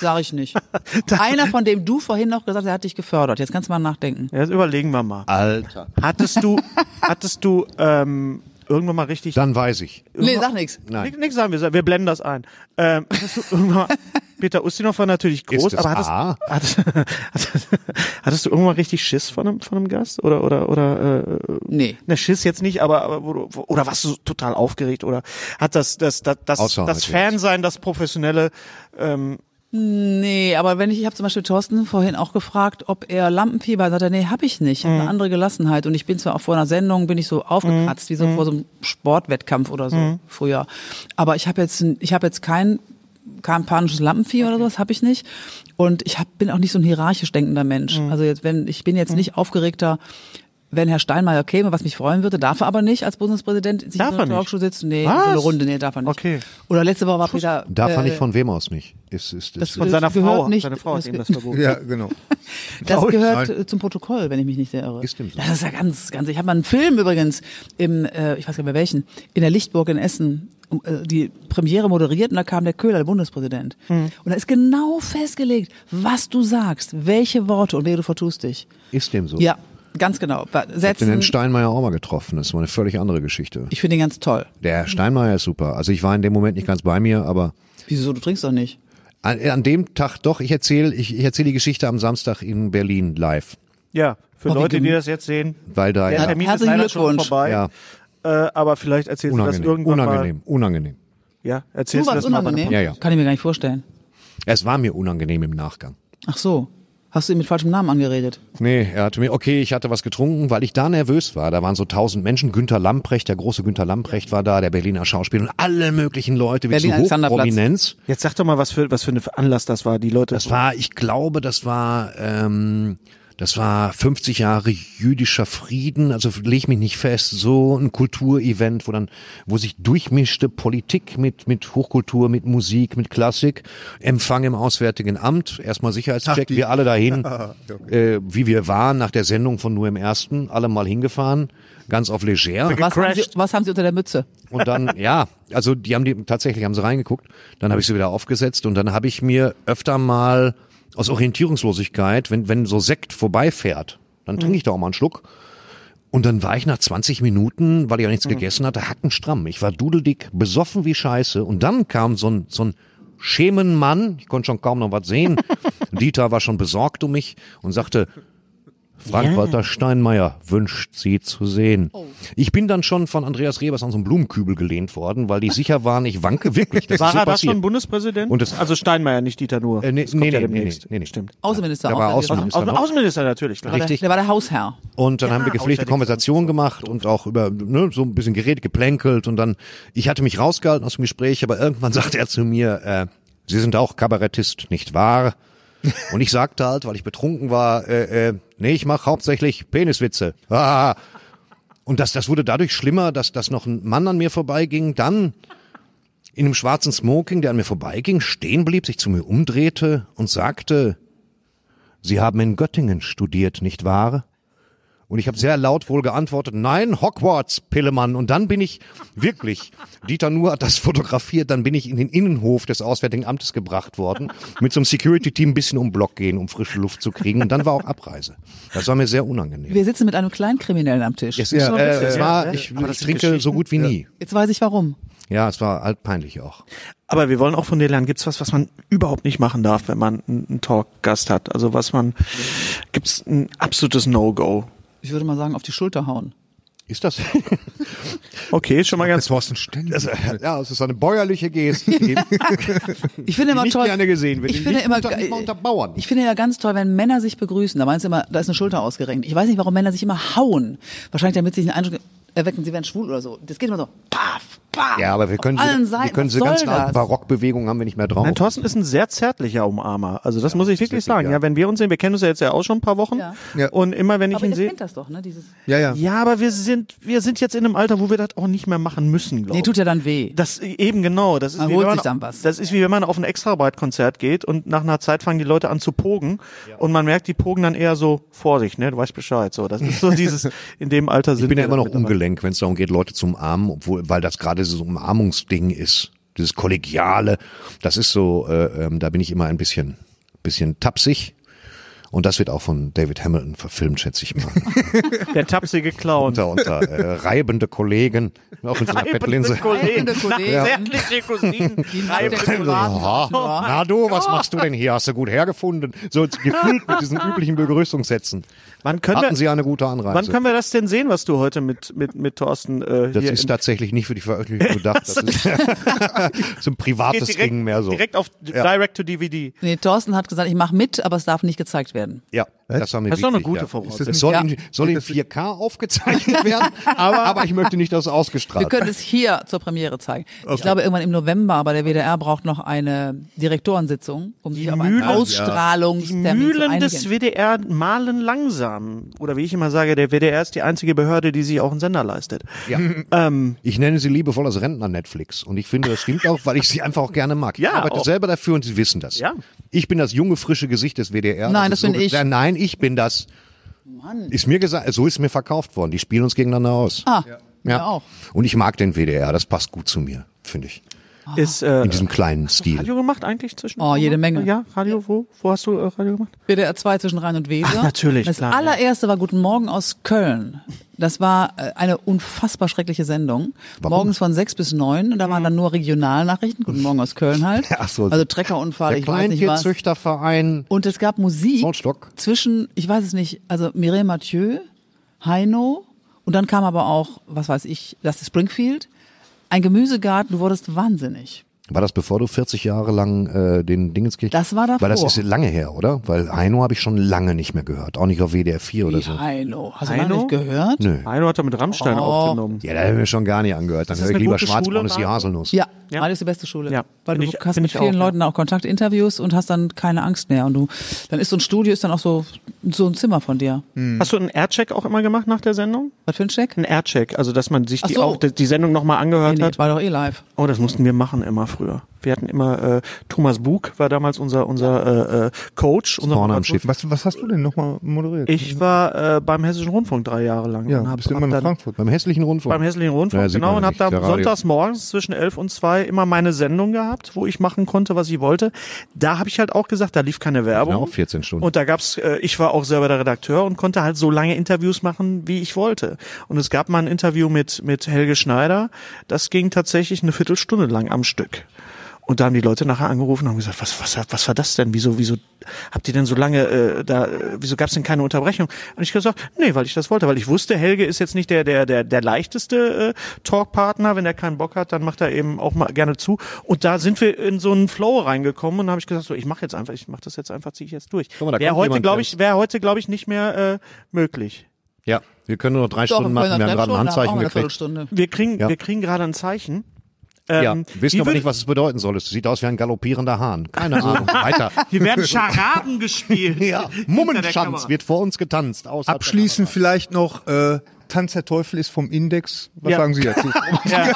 G: Sag
C: <laughs>
G: ich nicht. <laughs> Einer, von dem du vorhin noch gesagt hast, er hat dich gefördert. Jetzt kannst du mal nachdenken.
C: ja, jetzt überlegen wir mal.
D: Alter.
C: Hattest du, hattest du ähm, irgendwann mal richtig.
D: Dann weiß ich.
G: Nee, sag nichts.
D: Nein.
C: Nichts sagen wir, wir blenden das ein. Ähm, hattest du
D: <laughs>
C: irgendwann mal, Peter Ustinov war natürlich groß,
D: das
C: aber hattest,
D: A?
C: hattest, <laughs> hattest, hattest du irgendwann richtig Schiss von einem, von einem Gast? Oder, oder, oder äh,
G: Nee.
C: Ne, Schiss jetzt nicht, aber, aber wo, du- wo, oder warst du total aufgeregt oder hat das das das das,
D: Außer
C: das
D: heute
C: Fansein, das professionelle
G: Nee, aber wenn ich, ich habe zum Beispiel Thorsten vorhin auch gefragt, ob er Lampenfieber hat. Sagt er, nee, habe ich nicht. Ich
C: Mhm.
G: hab Eine andere Gelassenheit. Und ich bin zwar auch vor einer Sendung, bin ich so
C: Mhm.
G: aufgekratzt, wie so vor so einem Sportwettkampf oder so früher. Aber ich habe jetzt, n- ich habe jetzt kein kein panisches Lampenvieh oder sowas, habe ich nicht. Und ich hab, bin auch nicht so ein hierarchisch denkender Mensch.
C: Mhm.
G: Also jetzt, wenn ich bin jetzt nicht aufgeregter. Wenn Herr Steinmeier käme, was mich freuen würde, darf er aber nicht als Bundespräsident sich
C: Darf
G: in
C: er
G: so
C: nicht?
G: einer Talkshow sitzen. Nee, in so
C: Was?
G: eine Runde, nee, darf er nicht.
C: Okay.
G: Oder letzte Woche war Peter.
D: Da fand
G: äh,
D: ich von wem aus nicht. Ist, ist, ist,
C: von
G: Das
C: seiner
G: gehört
C: Frau?
G: nicht-
C: Seine Frau hat
G: das
C: ihm
G: ge-
C: das
D: Oh. <laughs>
C: verboten.
E: Ja, genau.
G: Das
E: Glaub ich.
G: gehört
E: Nein.
G: äh, zum Protokoll, wenn ich mich nicht sehr irre.
D: Ist dem so.
G: Das ist ja ganz, ganz. Ich habe mal einen Film übrigens im, äh, ich weiß gar nicht mehr welchen, in der Lichtburg in Essen äh, die Premiere moderiert und da kam der Köhler, der Bundespräsident. Und da ist genau festgelegt, was du sagst, welche Worte und wer du vertust dich.
D: Ist dem so.
G: Ja, ganz genau. Ba-
D: Ich bin
G: Setzen.
D: den Steinmeier auch mal getroffen. Das war eine völlig andere Geschichte.
G: Ich finde den ganz toll.
D: Der Steinmeier ist super. Also ich war in dem Moment nicht ganz bei mir, aber
G: Wieso, du trinkst doch nicht?
D: an, an dem Tag doch, ich erzähle ich, ich erzähl die Geschichte am Samstag in Berlin live.
C: Ja, für
G: Oh, wie
C: Leute, die
G: gem-
C: das jetzt sehen,
D: Weil da
C: der
D: ja,
C: Termin ist
G: Herzlichen
C: leider schon
G: Glückwunsch.
C: vorbei.
D: Ja.
C: Äh, aber vielleicht erzählst du das
D: unangenehm,
C: irgendwann
D: unangenehm, unangenehm.
C: mal. Ja, erzählst
G: Du
C: du,
G: warst
C: das mal. bei einem
G: unangenehm?
D: Ja, ja.
G: Kann ich mir gar nicht vorstellen.
D: Es war mir unangenehm im Nachgang.
G: Ach so. Hast du ihn mit falschem Namen angeredet?
D: Nee, er hatte mir, okay, ich hatte was getrunken, weil ich da nervös war. Da waren so tausend Menschen. Günter Lamprecht, der große Günter Lamprecht war da, der Berliner Schauspieler und alle möglichen Leute, wie
G: Berlin
D: zu
G: Alexanderplatz.
D: Hochprominenz.
C: Jetzt sag doch mal, was für, was für ein Anlass das war, die Leute.
D: Das war, ich glaube, das war, ähm, das war 50 Jahre jüdischer Frieden, also leg mich nicht fest, so ein Kulturevent, wo dann, wo sich durchmischte Politik mit, mit Hochkultur, mit Musik, mit Klassik, Empfang im Auswärtigen Amt, erstmal Sicherheitscheck, wir alle dahin, äh, wie wir waren nach der Sendung von nur im Ersten, alle mal hingefahren, ganz auf leger.
G: Was haben, Sie,
C: Gecrashed.
G: was haben Sie unter der Mütze?
D: Und dann, ja, also die haben die tatsächlich haben sie reingeguckt, dann habe ich sie wieder aufgesetzt und dann habe ich mir öfter mal aus Orientierungslosigkeit, wenn, wenn so Sekt vorbeifährt, dann trinke ich da auch mal einen Schluck. Und dann war ich nach 20 Minuten, weil ich auch
C: Mhm.
D: nichts gegessen hatte, hackenstramm. Ich war dudeldick, besoffen wie Scheiße. Und dann kam so ein, so ein Schemenmann, ich konnte schon kaum noch
C: <laughs>
D: was sehen. Dieter war schon besorgt um mich und sagte, Frank-Walter Steinmeier wünscht Sie zu sehen.
C: Oh.
D: Ich bin dann schon von Andreas Rebers an so einen Blumenkübel gelehnt worden, weil die sicher waren, ich wanke wirklich. Das
C: war
D: ist so
C: er da
D: passiert.
C: schon Bundespräsident?
D: Und das-
C: also Steinmeier, nicht Dieter nur.
D: Äh, nee,
C: das kommt
D: nee,
C: ja
D: nee, nee,
C: demnächst.
D: nee, nee.
C: Stimmt.
G: Außenminister.
D: Der war
G: auch, gewesen.
D: Außenminister.
C: Aus, Außenminister natürlich, klar.
G: Der,
D: Richtig.
G: der war der Hausherr.
D: Und dann
C: Ja,
D: haben wir gepflegte
C: außerdem-
D: Konversation gemacht und auch über ne, so ein bisschen geredet, geplänkelt und dann, ich hatte mich rausgehalten aus dem Gespräch, aber irgendwann <laughs> sagte er zu mir, äh, Sie sind auch Kabarettist, nicht wahr? Und ich sagte halt, weil ich betrunken war, äh, äh, nee, ich mache hauptsächlich Peniswitze. <laughs> Ah. Und das, das wurde dadurch schlimmer, dass, dass noch ein Mann an mir vorbeiging, dann in einem schwarzen Smoking, der an mir vorbeiging, stehen blieb, sich zu mir umdrehte und sagte, Sie haben in Göttingen studiert, nicht wahr? Und ich habe sehr laut wohl geantwortet, nein, Hogwarts, Pillemann. Und dann bin ich wirklich, Dieter Nuhr hat das fotografiert, dann bin ich in den Innenhof des Auswärtigen Amtes gebracht worden, mit so einem Security-Team ein bisschen um den Block gehen, um frische Luft zu kriegen. Und dann war auch Abreise. Das war mir sehr unangenehm.
G: Wir sitzen mit einem Kleinkriminellen am Tisch.
D: Es, ist,
C: so ein
D: äh,
C: bisschen,
D: es
C: ja,
D: war,
C: ja.
D: ich,
C: Aber das sind
D: ich trinke so
C: Geschichten.
D: gut wie nie.
G: Jetzt weiß ich warum.
D: Ja, es war halt peinlich auch.
C: Aber wir wollen auch von dir lernen. Gibt's was, was man überhaupt nicht machen darf, wenn man einen einen Talk-Gast hat? Also was man, gibt's ein absolutes No-Go?
G: Ich würde mal sagen, auf die Schulter hauen.
D: Ist das? <laughs>
C: Okay, ist schon mal ganz.
E: Thorsten Stendel.
D: <laughs> ja, es ist eine bäuerliche Geste. die
G: Ich finde immer
D: Hm. nicht
G: toll.
D: gerne gesehen wird.
G: Ich
D: Die
G: finde
D: nicht
G: immer,
D: unter- nicht mal unter Bauern.
G: Ich finde ja ganz toll, wenn Männer sich begrüßen. Da meinst du immer, da ist eine Schulter ausgerenkt. Ich weiß nicht, warum Männer sich immer hauen. Wahrscheinlich damit sie einen Eindruck erwecken, sie wären schwul oder so. Das geht immer so. Paf, paf.
D: Ja, aber wir können
G: auf allen
D: sie,
G: Seiten.
D: wir können
G: Was
D: sie ganz
G: soll
D: alten
G: das?
D: Barockbewegungen haben wir nicht mehr drauf.
C: Nein, Thorsten ist ein sehr zärtlicher Umarmer. Also das muss ich wirklich sagen. Ja. wenn wir uns sehen, wir kennen uns ja jetzt ja auch schon ein paar Wochen.
G: Ja.
E: Ja.
C: Und immer wenn ich
G: Aber
C: ihn
G: ihr
C: sehe.
G: kennt das doch, ne? Dieses.
E: Ja, ja.
C: Ja, aber wir sind, wir sind jetzt in einem Alter, wo wir das auch nicht mehr machen müssen, glaube
G: Nee,
C: ich.
G: tut ja dann weh.
C: Das eben genau. Das ist,
G: Man
C: wie,
G: holt
C: wenn man,
G: sich dann was.
C: das ist wie wenn man auf ein Extrabreit-Konzert geht und nach einer Zeit fangen die Leute an zu pogen und man merkt, die pogen dann eher so Vorsicht, ne, du weißt Bescheid. So, das ist so
D: <laughs>
C: dieses in dem Alter sind
D: Ich bin ja
C: wir
D: immer noch
C: mittlerweile.
D: ungelenk, wenn es darum geht, Leute zu umarmen, obwohl, weil das gerade so ein Umarmungsding ist. Dieses Kollegiale, das ist so, äh, ähm, da bin ich immer ein bisschen, bisschen tapsig. Und das wird auch von David Hamilton verfilmt, schätze ich mal.
C: Der tapsige Clown. <laughs>
D: unter unter äh, reibende Kollegen, auch in so einer Bettlinse.
C: Kollegen. <laughs>
G: Reibende Kollegen.
C: Zärtliche
G: <laughs>
C: Cousinen. Reibende
D: So, aha. Na du, was machst du denn hier? Hast du gut hergefunden? So gefühlt mit diesen üblichen Begrüßungssätzen.
C: Wann können
D: Hatten
C: wir,
D: Sie eine gute Anreise?
C: wann können wir das denn sehen, was du heute mit, mit, mit Thorsten, äh,
D: Das
C: hier
D: ist
C: im-
D: tatsächlich nicht für die Veröffentlichung gedacht. Das ist
C: <laughs>
D: so ein privates
C: geht direkt,
D: Ding mehr so.
C: direkt auf Direct to DVD.
G: Nee, Thorsten hat gesagt, ich mache mit, aber es darf nicht gezeigt werden.
D: Ja, das war mir
C: Das ist doch eine
D: wichtig,
C: gute
D: ja.
C: Voraussetzung.
D: Es soll,
G: Ja.
D: in, soll in 4K aufgezeichnet werden,
C: <laughs>
D: aber, aber ich möchte nicht, dass es
G: Wir
D: ausgestrahlt wird.
G: können es hier zur Premiere zeigen. Ich glaube, irgendwann im November, aber der WDR braucht noch eine Direktorensitzung, um sich auf einen
C: Mühlen- Die
G: Ausstrahlungstermin zu
C: Mühlen
G: einigen.
C: des WDR malen langsam. Oder wie ich immer sage, der WDR ist die einzige Behörde, die sich auch einen Sender leistet.
D: Ja. Ich nenne sie liebevoll als Rentner-Netflix. Und ich finde, das stimmt auch, weil ich sie einfach auch gerne mag.
C: Ja,
D: ich arbeite
C: auch.
D: selber dafür und sie wissen das.
C: Ja.
D: Ich bin das junge, frische Gesicht des WDR.
G: Nein, das
D: ist
G: bin ich.
D: Ja, nein, ich bin das. Ist mir gesagt, so ist mir verkauft worden. Die spielen uns gegeneinander aus.
G: ah, ja. Ah, auch.
D: Und ich mag den WDR, das passt gut zu mir. finde ich.
C: Ist äh,
D: In diesem kleinen Stil.
C: Radio gemacht eigentlich zwischen?
G: Oh, Ah. jede Menge.
C: Ja, Radio, wo, wo hast du äh, Radio gemacht?
G: WDR 2 zwischen Rhein und Weser.
C: Ach, natürlich,
G: Das
C: klar, ja.
G: allererste war Guten Morgen aus Köln. Das war äh, eine unfassbar schreckliche Sendung.
D: Warum? Mhm.
G: Morgens von sechs bis neun und da waren dann nur Regionalnachrichten. Guten Morgen aus Köln halt.
D: <laughs> Ach so.
G: Also Treckerunfall,
D: Der
G: ich weiß nicht was.
D: Kleintierzüchterverein.
G: Und es gab Musik
D: Zollstock.
G: zwischen, ich weiß es nicht, also Mireille Mathieu, Heino und dann kam aber auch, was weiß ich, das ist Springfield. Ein Gemüsegarten, du wurdest wahnsinnig.
D: War das bevor du 40 Jahre lang äh, den Dingenskirchen?
G: Das war davor.
D: Weil das ist lange her, oder? Weil Heino habe ich schon lange nicht mehr gehört. Auch nicht auf WDR 4 oder
G: Wie
D: so.
G: Heino. Hast du lange
C: Heino?
G: nicht gehört?
D: Nö.
C: Heino hat er mit
G: Oh.
C: Rammstein aufgenommen.
D: Ja, da haben wir schon gar nicht angehört. Dann
C: das
D: höre ich
C: eine
D: lieber
C: gute
D: Schwarzbraun
C: Schule,
D: ist die
C: Marco?
D: Haselnuss.
G: Ja,
C: Ja.
G: Radio ist die beste Schule.
C: Ja,
G: Weil du
C: find ich-
G: hast
C: find
G: mit
C: ich
G: vielen
C: auch,
G: Leuten auch Kontaktinterviews und hast dann keine Angst mehr. Und du, dann ist so ein Studio, ist dann auch so, so ein Zimmer von dir.
E: Hm.
C: Hast du einen Aircheck auch immer gemacht nach der Sendung?
G: Was für ein Check?
C: Ein Aircheck, also dass man sich
G: Ach
C: die
G: so.
C: auch die, die Sendung nochmal angehört
G: Nee,
C: hat.
G: war doch eh live.
C: Oh, das mussten wir machen immer früher. Wir hatten immer äh, Thomas Bug war damals unser unser äh, äh, Coach, unser
D: Vorne am
C: Moderator.
D: Schiff.
E: Was, was hast du denn nochmal moderiert?
C: Ich war äh, beim Hessischen Rundfunk drei Jahre lang
E: ja,
C: und hab,
E: bist du
C: hab
E: immer nach
C: dann
E: Frankfurt.
D: Beim hässlichen Rundfunk.
C: beim Hessischen Rundfunk
D: Ja, sieht
C: genau und
D: man
C: habe
D: nicht. Der
C: dann
D: Radio.
C: sonntags morgens zwischen 11 und 2 immer meine Sendung gehabt, wo ich machen konnte, was ich wollte. Da habe ich halt auch gesagt, da lief keine Werbung.
D: Genau, 14 Stunden.
C: Und da gab's, äh, ich war auch selber der Redakteur und konnte halt so lange Interviews machen, wie ich wollte. Und es gab mal ein Interview mit, mit Helge Schneider, das ging tatsächlich eine Viertelstunde lang am Stück. Und da haben die Leute nachher angerufen und haben gesagt, was, was, was war das denn? Wieso, wieso habt ihr denn so lange äh, da, äh, wieso gab's denn keine Unterbrechung? Und ich gesagt, nee, weil ich das wollte, weil ich wusste, Helge ist jetzt nicht der, der, der, der leichteste äh, Talkpartner. Wenn er keinen Bock hat, dann macht er eben auch mal gerne zu. Und da sind wir in so einen Flow reingekommen und habe ich gesagt, so, ich mache jetzt einfach, ich mache das jetzt einfach, ziehe ich jetzt durch.
D: Guck mal, da
C: Wäre
D: kommt
C: heute,
D: jemand,
C: glaube
D: der-
C: ich, wäre heute, glaube ich, nicht mehr äh, möglich.
D: ja, wir können nur noch drei
G: Doch,
D: Stunden
G: im
D: machen. Wir
G: Kölner
D: haben gerade ein
G: Treff
D: Handzeichen
G: schon, da brauchen wir
D: gekriegt.
G: eine Viertelstunde.
C: Wir kriegen,
D: Ja.
C: wir kriegen gerade ein Zeichen.
D: Ja,
C: Ähm,
D: wissen
C: wie
D: aber
C: würd-
D: nicht, was es bedeuten soll. Es sieht aus wie ein galoppierender Hahn. Keine
C: <laughs>
D: Ahnung. Weiter.
C: Hier
D: <laughs>
C: werden Scharaben gespielt.
D: Ja, Mummenschanz wird vor uns getanzt. außerhalb der
E: Abschließend vielleicht noch äh, Tanz der Teufel ist vom Index. Was
C: Ja.
E: sagen
C: <laughs>
E: Sie dazu?
C: Ja.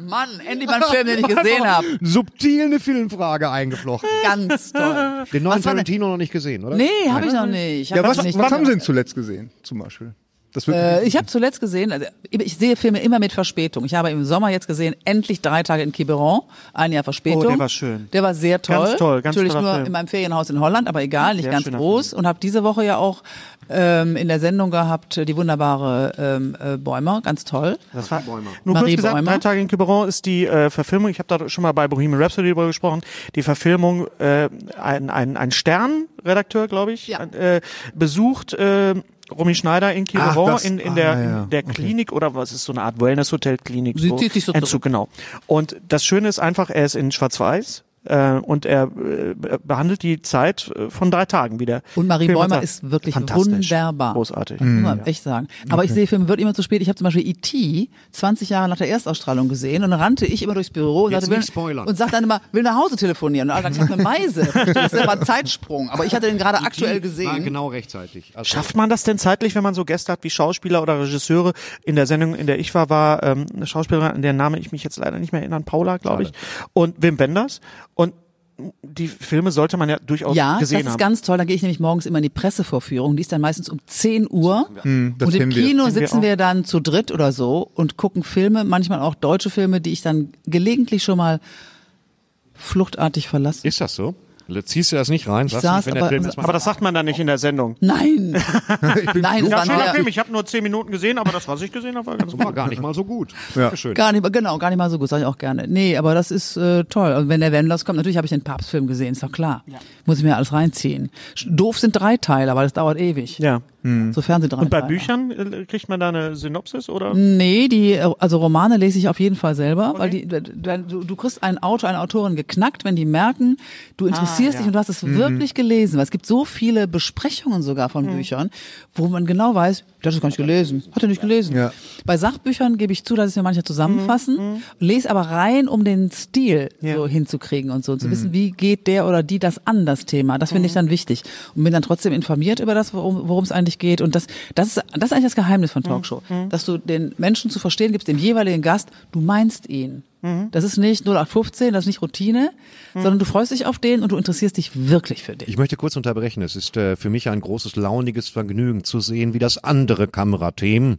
G: Mann, endlich mal einen
C: <laughs>
G: Film, den ich gesehen
D: Kamera.
G: habe.
D: Subtil eine Filmfrage eingeflochten.
G: Ganz toll.
D: <laughs> Den neuen
G: Was war denn-
D: Tarantino noch nicht gesehen, oder?
G: Nee, habe ich noch nicht. Hab
E: ja,
G: ich
E: was,
G: noch nicht
E: was haben Sie denn zuletzt gesehen, zum Beispiel? Das wird
G: Äh, ich habe zuletzt gesehen, also ich sehe Filme immer mit Verspätung. Ich habe im Sommer jetzt gesehen, endlich drei Tage in Quiberon, ein Jahr Verspätung.
C: Oh, der war schön.
G: Der war sehr toll.
C: Ganz toll, ganz
G: Natürlich
C: toller
G: nur
C: Film.
G: in meinem Ferienhaus in Holland, aber egal, nicht
C: Sehr
G: ganz
C: schöner
G: groß. Und habe diese Woche ja auch ähm, in der Sendung gehabt, äh, die wunderbare ähm, äh, Bäumer, ganz toll.
C: Das war, nur
G: Marie
C: kurz gesagt,
G: Bäumer.
C: drei Tage in Quiberon ist die äh, Verfilmung, ich habe da schon mal bei Bohemian Rhapsody drüber gesprochen, die Verfilmung, äh, ein, ein, ein Stern-Redakteur, glaube ich,
G: Ja.
C: äh, besucht äh, Romy Schneider in Quiberon,
E: Ach, das-
C: in, in
E: ah,
C: der,
E: ja,
C: in der Klinik oder was ist so eine Art Wellness-Hotel-Klinik.
G: Sie
C: so,
G: zieht sich so
C: Entzug, genau. Und das Schöne ist einfach, er ist in Schwarz-Weiß. Äh, und er äh, be- behandelt die Zeit äh, von drei Tagen wieder.
G: Und Marie Bäumer ist wirklich
C: Fantastisch.
G: wunderbar.
C: Großartig.
G: Das muss man echt sagen. Aber ich sehe Filme wirklich immer zu spät. Ich habe zum Beispiel E.T. 20 Jahre nach der Erstausstrahlung gesehen und dann rannte ich immer durchs Büro und,
D: Jetzt
G: sagte, will,
D: nicht spoilern.
G: und sagte dann immer, will nach Hause telefonieren. Und alle sagten, ich habe eine Meise. Das war ein Zeitsprung. Aber ich hatte den gerade aktuell
D: War
G: gesehen.
D: genau rechtzeitig. Also,
C: Schafft man das denn zeitlich, wenn man so Gäste hat wie Schauspieler oder Regisseure? In der Sendung, in der ich war, war ähm, eine Schauspielerin, an deren Name ich mich jetzt leider nicht mehr erinnern, Paula, glaube ich, und Wim Wenders. Und die Filme sollte man ja durchaus
G: Ja, das
C: gesehen
G: ist
C: haben.
G: ganz toll. Da gehe ich nämlich morgens immer in die Pressevorführung. Die ist dann meistens um 10 Uhr.
E: das
G: und
E: kennen
G: im
E: wir.
G: Kino
C: Kennen wir
G: sitzen
C: auch.
G: wir, dann zu dritt oder so und gucken Filme, manchmal auch deutsche Filme, die ich dann gelegentlich schon mal fluchtartig verlasse.
D: ist das so? Ziehst du das nicht rein? Sagst du
G: saß
D: nicht, wenn der
G: aber-
D: Film erstmal-
C: aber das sagt man dann nicht in der Sendung.
G: Nein! Nein, es
C: Ja,
G: war
C: schöner
G: nachher
C: Film, ich habe nur zehn Minuten gesehen, aber das, was ich gesehen habe, war ganz
D: Das
C: gut.
D: war gar nicht mal so gut. Schön.
G: gar nicht, mal- genau, gar nicht mal so gut, sage ich auch gerne. Nee, aber das ist äh, toll. Und wenn der Wenders kommt, natürlich habe ich den Papstfilm gesehen, ist doch klar. Muss ich mir alles reinziehen. Sch- Doof sind drei Teile, aber das dauert ewig.
C: Ja.
G: So Fernsehdrei.
C: Hm. Und bei Büchern äh, kriegt man da eine Synopsis oder?
G: Nee, die, also Romane lese ich auf jeden Fall selber, weil die, du, du kriegst einen Autor, eine Autorin geknackt, wenn die merken, du interessierst dich und du hast es wirklich gelesen. Weil es gibt so viele Besprechungen sogar von Büchern, wo man genau weiß, das ist gar nicht gelesen, hat er nicht gelesen.
E: Ja.
G: Bei Sachbüchern gebe ich zu, dass ich mir manche zusammenfassen, lese aber rein, um den Stil so hinzukriegen und so,
D: Mhm.
G: und zu wissen, wie geht der oder die das an, das Thema. Das finde ich dann wichtig. Und bin dann trotzdem informiert über das, worum worum es eigentlich geht. Und das, das, ist, das ist eigentlich das Geheimnis von Talkshow,
D: Mhm.
G: dass du den Menschen zu verstehen gibst, dem jeweiligen Gast, du meinst ihn.
D: Mhm.
G: Das ist nicht 0815, das ist nicht Routine, sondern du freust dich auf den und du interessierst dich wirklich für den.
D: Ich möchte kurz unterbrechen. Es ist äh, für mich ein großes launiges Vergnügen zu sehen, wie das andere Kamerateam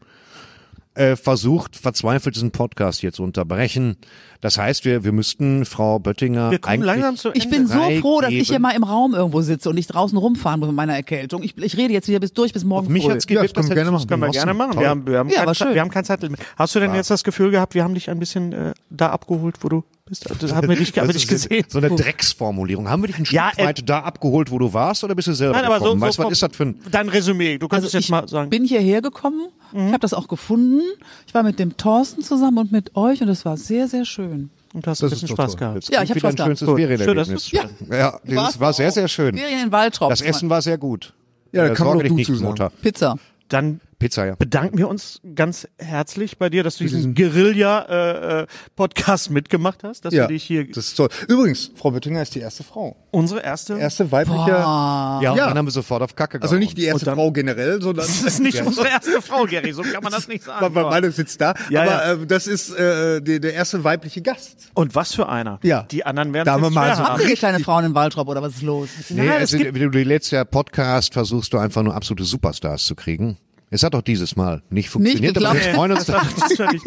D: äh, versucht verzweifelt diesen Podcast hier zu unterbrechen. Das heißt, wir, wir müssten Frau Böttinger
C: Wir kommen
D: eigentlich
C: langsam zu Ende.
G: Ich bin so
D: Drei
G: froh, dass ich
D: geben.
G: hier mal im Raum irgendwo sitze und nicht draußen rumfahren muss mit meiner Erkältung. Ich, ich rede jetzt wieder bis durch bis morgen.
D: mich
G: früh.
D: hat's
E: Ja, das
D: gewippt,
E: können wir gerne
D: hättest-
E: machen.
C: Können wir
D: Awesome.
C: gerne machen.
D: Toll.
C: Wir haben, wir haben,
G: Ja,
C: kein,
G: aber schön.
C: wir haben kein Zeitlimit. Hast du denn jetzt das Gefühl gehabt, wir haben dich ein bisschen äh, da abgeholt, wo du bist? Also, Das haben
D: <laughs>
C: wir nicht, haben wir
D: Das
C: nicht
D: ist
C: gesehen.
D: Also So eine Drecksformulierung. Haben wir dich ein Stück
C: Ja, äh,
D: weit da abgeholt, wo du warst, oder bist du selber
C: Nein, aber so,
D: gekommen?
C: so
D: weißt, was
C: vom-
D: ist das für ein...
C: dein Resümee? Du kannst
G: Also
C: es jetzt
G: ich
C: mal sagen. Mhm.
G: bin hierher gekommen, ich habe das auch gefunden. Ich war mit dem Thorsten zusammen und mit euch und das war sehr, sehr schön.
C: Und du hast ein
D: Das
C: bisschen
D: ist doch
C: Spaß
D: toll.
C: gehabt.
D: Jetzt
G: Ja,
D: kommt
G: ich hab
D: wieder
G: Spaß
D: ein schönes
C: gehabt. Gut. Schön, dass
D: Erlebnis.
C: du's-
D: Ja, das war sehr, sehr schön.
G: Ferien in Waltrop.
D: Das Essen war sehr gut.
E: Ja, da
D: Äh,
E: kann man
D: sorge dich
E: doch du
D: nicht,
E: zu sagen.
D: Mutter.
G: Pizza.
C: Dann
D: Pizza, ja.
C: bedanken wir uns ganz herzlich bei dir, dass du diesen Guerilla-Podcast mitgemacht hast, dass
E: Ja,
C: du dich hier
E: das ist toll. Übrigens, Frau Böttinger ist die erste Frau.
C: unsere erste,
E: Erste weibliche.
D: Ja, und
E: Ja.
D: dann haben wir sofort auf Kacke
E: Also nicht
D: gehauen.
E: die erste Frau generell, sondern.
C: das ist nicht unsere erste Frau, Gary, so kann man das nicht sagen.
E: Weil meine sitzt da.
C: Ja,
E: aber
C: ja.
E: Äh, das ist äh, der, der erste weibliche Gast.
C: Und was für einer.
E: Ja.
C: Die anderen werden
E: Da haben
C: es
E: wir mal
C: schwer
E: so-
C: haben.
G: Haben wir kleine Frauen in Waltrop oder was ist los?
D: Nee,
C: Nein, es
D: also,
C: gibt-
D: wenn du letztes Jahr Podcast versuchst du einfach nur absolute Superstars zu kriegen. Es hat doch dieses Mal nicht funktioniert, aber wir <laughs>
G: geklappt.
D: freuen
C: <laughs>
D: uns
C: Das war- das war nicht-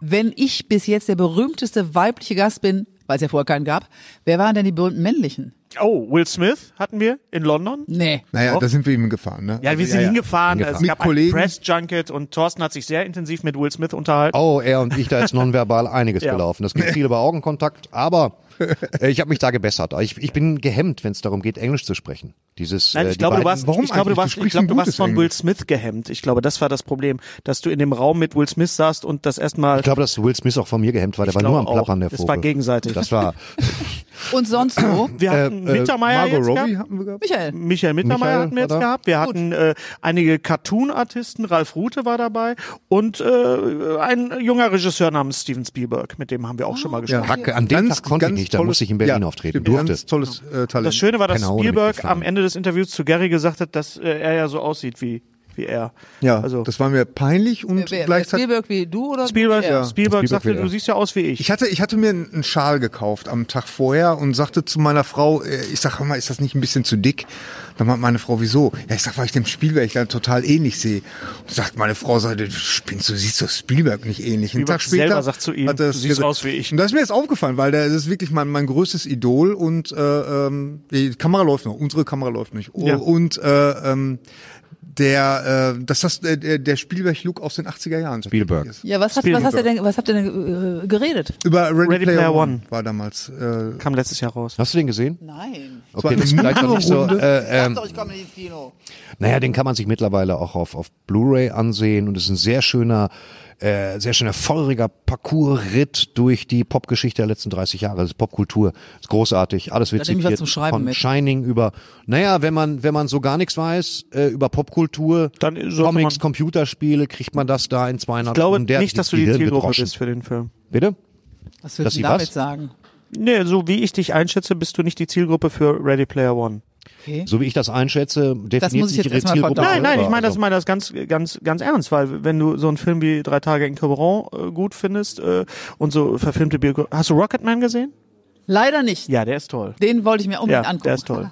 G: Wenn ich bis jetzt der berühmteste weibliche Gast bin, weil es ja vorher keinen gab, wer waren denn die berühmten männlichen?
C: Oh, Will Smith hatten wir in London.
G: Nee.
E: Naja,
C: Doch.
E: da sind wir ihm gefahren, ne?
C: Ja, wir sind hingefahren. Es
E: Mit
C: gab ein
E: Kollegen.
C: Press-Junket und Thorsten hat sich sehr intensiv mit Will Smith unterhalten.
D: Oh, er und ich, da ist nonverbal einiges
C: Ja.
D: gelaufen. Das gibt viel über Augenkontakt, aber äh, ich habe mich da gebessert. Ich, ich bin gehemmt, wenn es darum geht, Englisch zu sprechen. Dieses,
C: Nein,
D: äh,
C: ich
D: die
C: glaube, du
D: beiden-
C: warst,
E: warum
C: ich glaube, du
E: eigentlich?
C: warst,
E: Du
C: ich
E: sprichst
C: glaube,
E: ein
C: du warst
E: gutes
C: von Will
E: Englisch.
C: Smith gehemmt. Ich glaube, das war das Problem, dass du in dem Raum mit Will Smith saßt und das erstmal.
D: Ich glaube, dass Will Smith auch von mir gehemmt war. Der
C: Ich
D: war nur am
C: glaube auch.
D: Plappern, der
C: Das
D: Vogel.
C: war gegenseitig. <laughs>
D: Das war
G: Und sonst wo?
C: wir hatten
E: Äh,
C: Mittermeier
E: Margot
C: jetzt
E: Robbie
C: gehabt.
E: hatten wir gehabt.
G: Michael.
C: Michael Mittermeier
D: Michael,
C: hatten wir jetzt
D: oder?
C: gehabt. Wir hatten äh, einige Cartoon-Artisten, Ralf Rute war dabei und äh, ein junger Regisseur namens Steven Spielberg, mit dem haben wir auch schon mal gesprochen.
D: Kacke. An dem Tag konnte ich nicht, da musste ich in Berlin
E: ja,
D: auftreten.
E: stimmt,
D: Durfte.
E: Ganz tolles äh, Talent.
C: Das Schöne war, dass
D: Keine Ahnung,
C: Spielberg
D: wie ich
C: am Ende des Interviews zu Gary gesagt hat, dass äh, er ja so aussieht wie, wie er.
E: ja,
C: also
E: das war mir peinlich und
G: Wer, wer
E: gleichzeitig.
G: Spielberg wie du oder?
C: Spielberg,
G: Ja.
C: Spielberg
D: Spielberg
C: sagte,
D: will er.
C: du siehst ja aus wie ich.
E: Ich hatte, ich hatte mir einen einen Schal gekauft am Tag vorher und sagte zu meiner Frau, äh, ich sag hör mal, ist das nicht ein bisschen zu dick? Dann meint meine Frau, wieso? Ja, ich sag, weil ich dem Spielberg dann total ähnlich sehe. Und sagt meine Frau, sagt, du spinnst, du siehst doch Spielberg nicht ähnlich. Einen
C: Spielberg
E: Tag später
C: selber sagt zu ihm,
E: hat
C: du
E: er das
C: siehst
E: gesagt.
C: aus wie ich.
E: Und das ist mir jetzt aufgefallen, weil der das ist wirklich mein, mein größtes Idol und äh, ähm, die Kamera läuft noch, unsere Kamera läuft nicht.
C: Ja.
E: Und äh, ähm, der, äh, dass das äh, der, der Spielberg-Look aus den 80er Jahren
D: Spielberg.
G: Ja, was, hast, was,
C: Spielberg.
G: hast du denn, was habt ihr denn äh, geredet?
E: Über Ready,
C: Ready
E: Player,
C: Player
E: One
C: One.
E: war damals. Äh,
C: Kam letztes Jahr raus.
D: Hast du den gesehen?
G: Nein.
E: war
D: Okay,
E: eine
D: das ist vielleicht noch nicht so.
E: Runde.
D: Äh, ähm,
G: Doch, ich komme nicht ins Kino.
D: Naja, den kann man sich mittlerweile auch auf, auf Blu-ray ansehen und es ist ein sehr schöner, äh, sehr schöner feuriger Parcours-Ritt durch die Popgeschichte der letzten 30 Jahre. Das ist Popkultur, ist großartig, alles wird
G: Da nehme ich was
D: zitiert.
G: zum Schreiben
D: von
G: mit.
D: Shining über, naja, wenn man wenn man so gar nichts weiß äh, über Popkultur,
C: Dann sollte
D: Comics,
C: man-
D: Computerspiele, kriegt man das da in 200
C: Ich glaube
D: Stunden. Der-
C: nicht, dass du die
D: Hirn wird
C: Zielgruppe
D: roschen.
C: bist für den Film.
D: Bitte?
G: Was
D: Dass
G: willst du
D: ich
G: damit
D: was?
G: sagen?
C: Nee, so wie ich dich einschätze, bist du nicht die Zielgruppe für Ready Player One.
G: Okay.
D: So wie ich das einschätze, definiert
G: muss ich
D: sich
G: jetzt
D: ihre
G: erstmal
D: Zielgruppe.
G: verdauen.
C: Nein, nein, ich
D: selber.
C: meine das,
D: Also-
C: meine das ganz, ganz, ganz ernst, weil wenn du so einen Film wie Drei Tage in Cameron äh, gut findest äh, und so verfilmte Bio Hast du Rocketman gesehen?
G: Leider nicht.
C: Ja, der ist toll.
G: Den wollte ich mir
C: Ja,
G: unbedingt angucken.
C: der ist toll.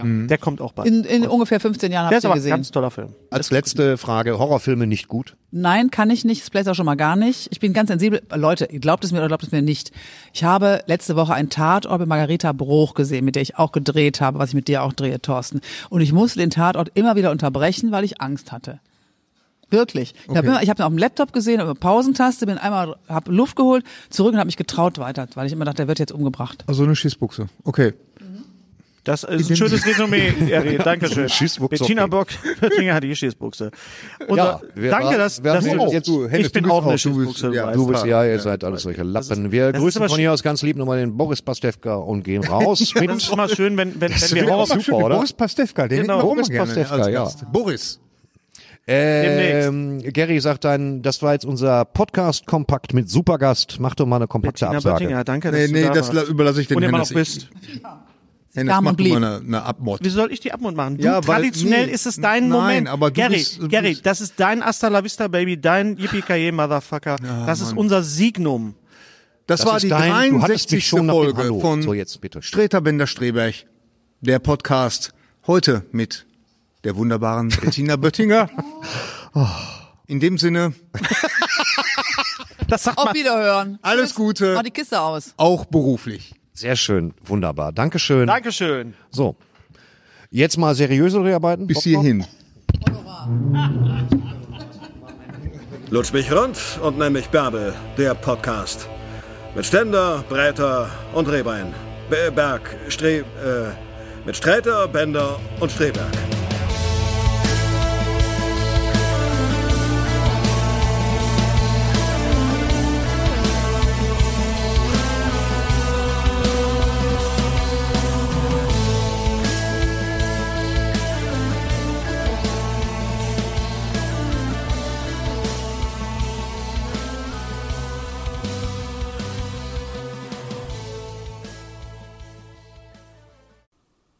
C: Der kommt auch bald.
G: In, in ungefähr 15
C: Der
G: Jahren habt
C: ist
G: ihr
C: aber ein
G: gesehen.
C: ganz toller Film.
D: Als letzte Frage, Horrorfilme nicht gut?
G: Nein, kann ich nicht. Splatter schon mal gar nicht. Ich bin ganz sensibel. Leute, ihr glaubt es mir oder glaubt es mir nicht. Ich habe letzte Woche einen Tatort mit Margareta Bruch gesehen, mit der ich auch gedreht habe, was ich mit dir auch drehe, Thorsten. Und ich musste den Tatort immer wieder unterbrechen, weil ich Angst hatte. Wirklich. Ich habe immer, ich habe ihn auf dem Laptop gesehen, auf der Pausentaste, bin einmal, habe Luft geholt, zurück und habe mich getraut weiter, weil ich immer dachte, der wird jetzt umgebracht.
E: also eine Schießbuchse. Okay.
C: Das ist ein schönes Resümee, Eri. Dankeschön.
D: Schießbuchse.
C: Bettina Bock, <laughs> Bettina hat die Schießbuchse. Unser,
D: wer
C: danke,
D: war-
C: dass,
D: wer
C: dass
D: war-
C: du,
D: jetzt du,
E: Hennes,
C: ich bin
E: du bist
C: auch eine
E: auch, du bist-
C: Schießbuchse.
E: ja,
C: weißt
D: Du bist
C: du.
D: ja, ihr seid alles solche Lappen. Wir
C: das ist
D: grüßen
C: aber
D: von
C: schön.
D: hier aus ganz lieb nochmal den Boris Pastewka und
C: <laughs>
D: gehen raus.
C: Das ist immer schön, wenn, wenn, wenn wir
D: wäre auch
C: Horror,
D: super, oder?
E: Boris Pastewka, den
C: Genau,
E: hätten wir auch
C: Boris
E: mal gerne
D: Pastewka,
E: als
D: ja.
E: Gast. Boris.
D: ähm, Gary sagt dann, das war jetzt unser Podcast-Kompakt mit Supergast. Mach doch mal eine kompakte
C: Bettina
D: Absage.
C: Böttinger, danke, dass
E: Nee,
C: du
E: nee,
C: da
E: das la-
C: warst.
E: überlasse ich den
C: Und immer noch
E: Hennes.
C: bist.
E: Hennes
G: Damen und
E: macht immer
G: Blieb.
E: eine, eine Abmord.
C: Wie soll ich die Abmund machen? Du,
E: Ja, weil-
C: traditionell
E: nee,
C: ist es dein
E: nein,
C: Moment.
E: aber du
C: Gary,
E: bist- du
C: Gary,
E: bist-
C: das ist dein Hasta la Vista, Baby, dein Yippie Motherfucker. das ist unser Signum.
E: Das,
D: Das
E: war
D: ist
E: die
D: dein- du hattest mich
E: 63.
D: schon nach dem
E: Folge
D: Hallo.
E: von
D: So, jetzt bitte.
E: Streter Bender Streberg,
D: <laughs>
E: der Podcast heute mit der wunderbaren Bettina Böttinger
D: Oh.
E: In dem Sinne,
C: Das sagt
G: Auf
C: man.
G: Wiederhören.
E: alles
G: Tschüss.
E: Gute,
C: Äh.
G: Mach die Kiste aus.
E: auch beruflich.
D: Sehr schön, wunderbar. Dankeschön.
C: Dankeschön.
D: So. Jetzt mal seriöse Dreharbeiten.
E: Bis
D: Bock drauf?
E: hierhin.
F: Lutsch mich rund und nenn mich Bärbel, der Podcast. Mit Ständer, Breiter und Rehbein. Be- Berg, Stre... Äh, mit Sträter, Bender und Streberg.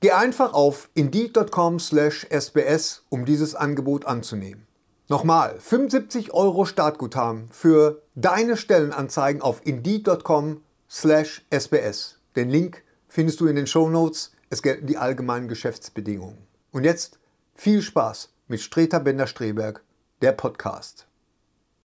A: Geh einfach auf indeed.com slash sbs, um dieses Angebot anzunehmen. Nochmal, 75 Euro Startguthaben für deine Stellenanzeigen auf indeed.com slash sbs. Den Link findest du in den Shownotes. Es gelten die allgemeinen Geschäftsbedingungen. Und jetzt viel Spaß mit Streter Bender-Streberg, der Podcast.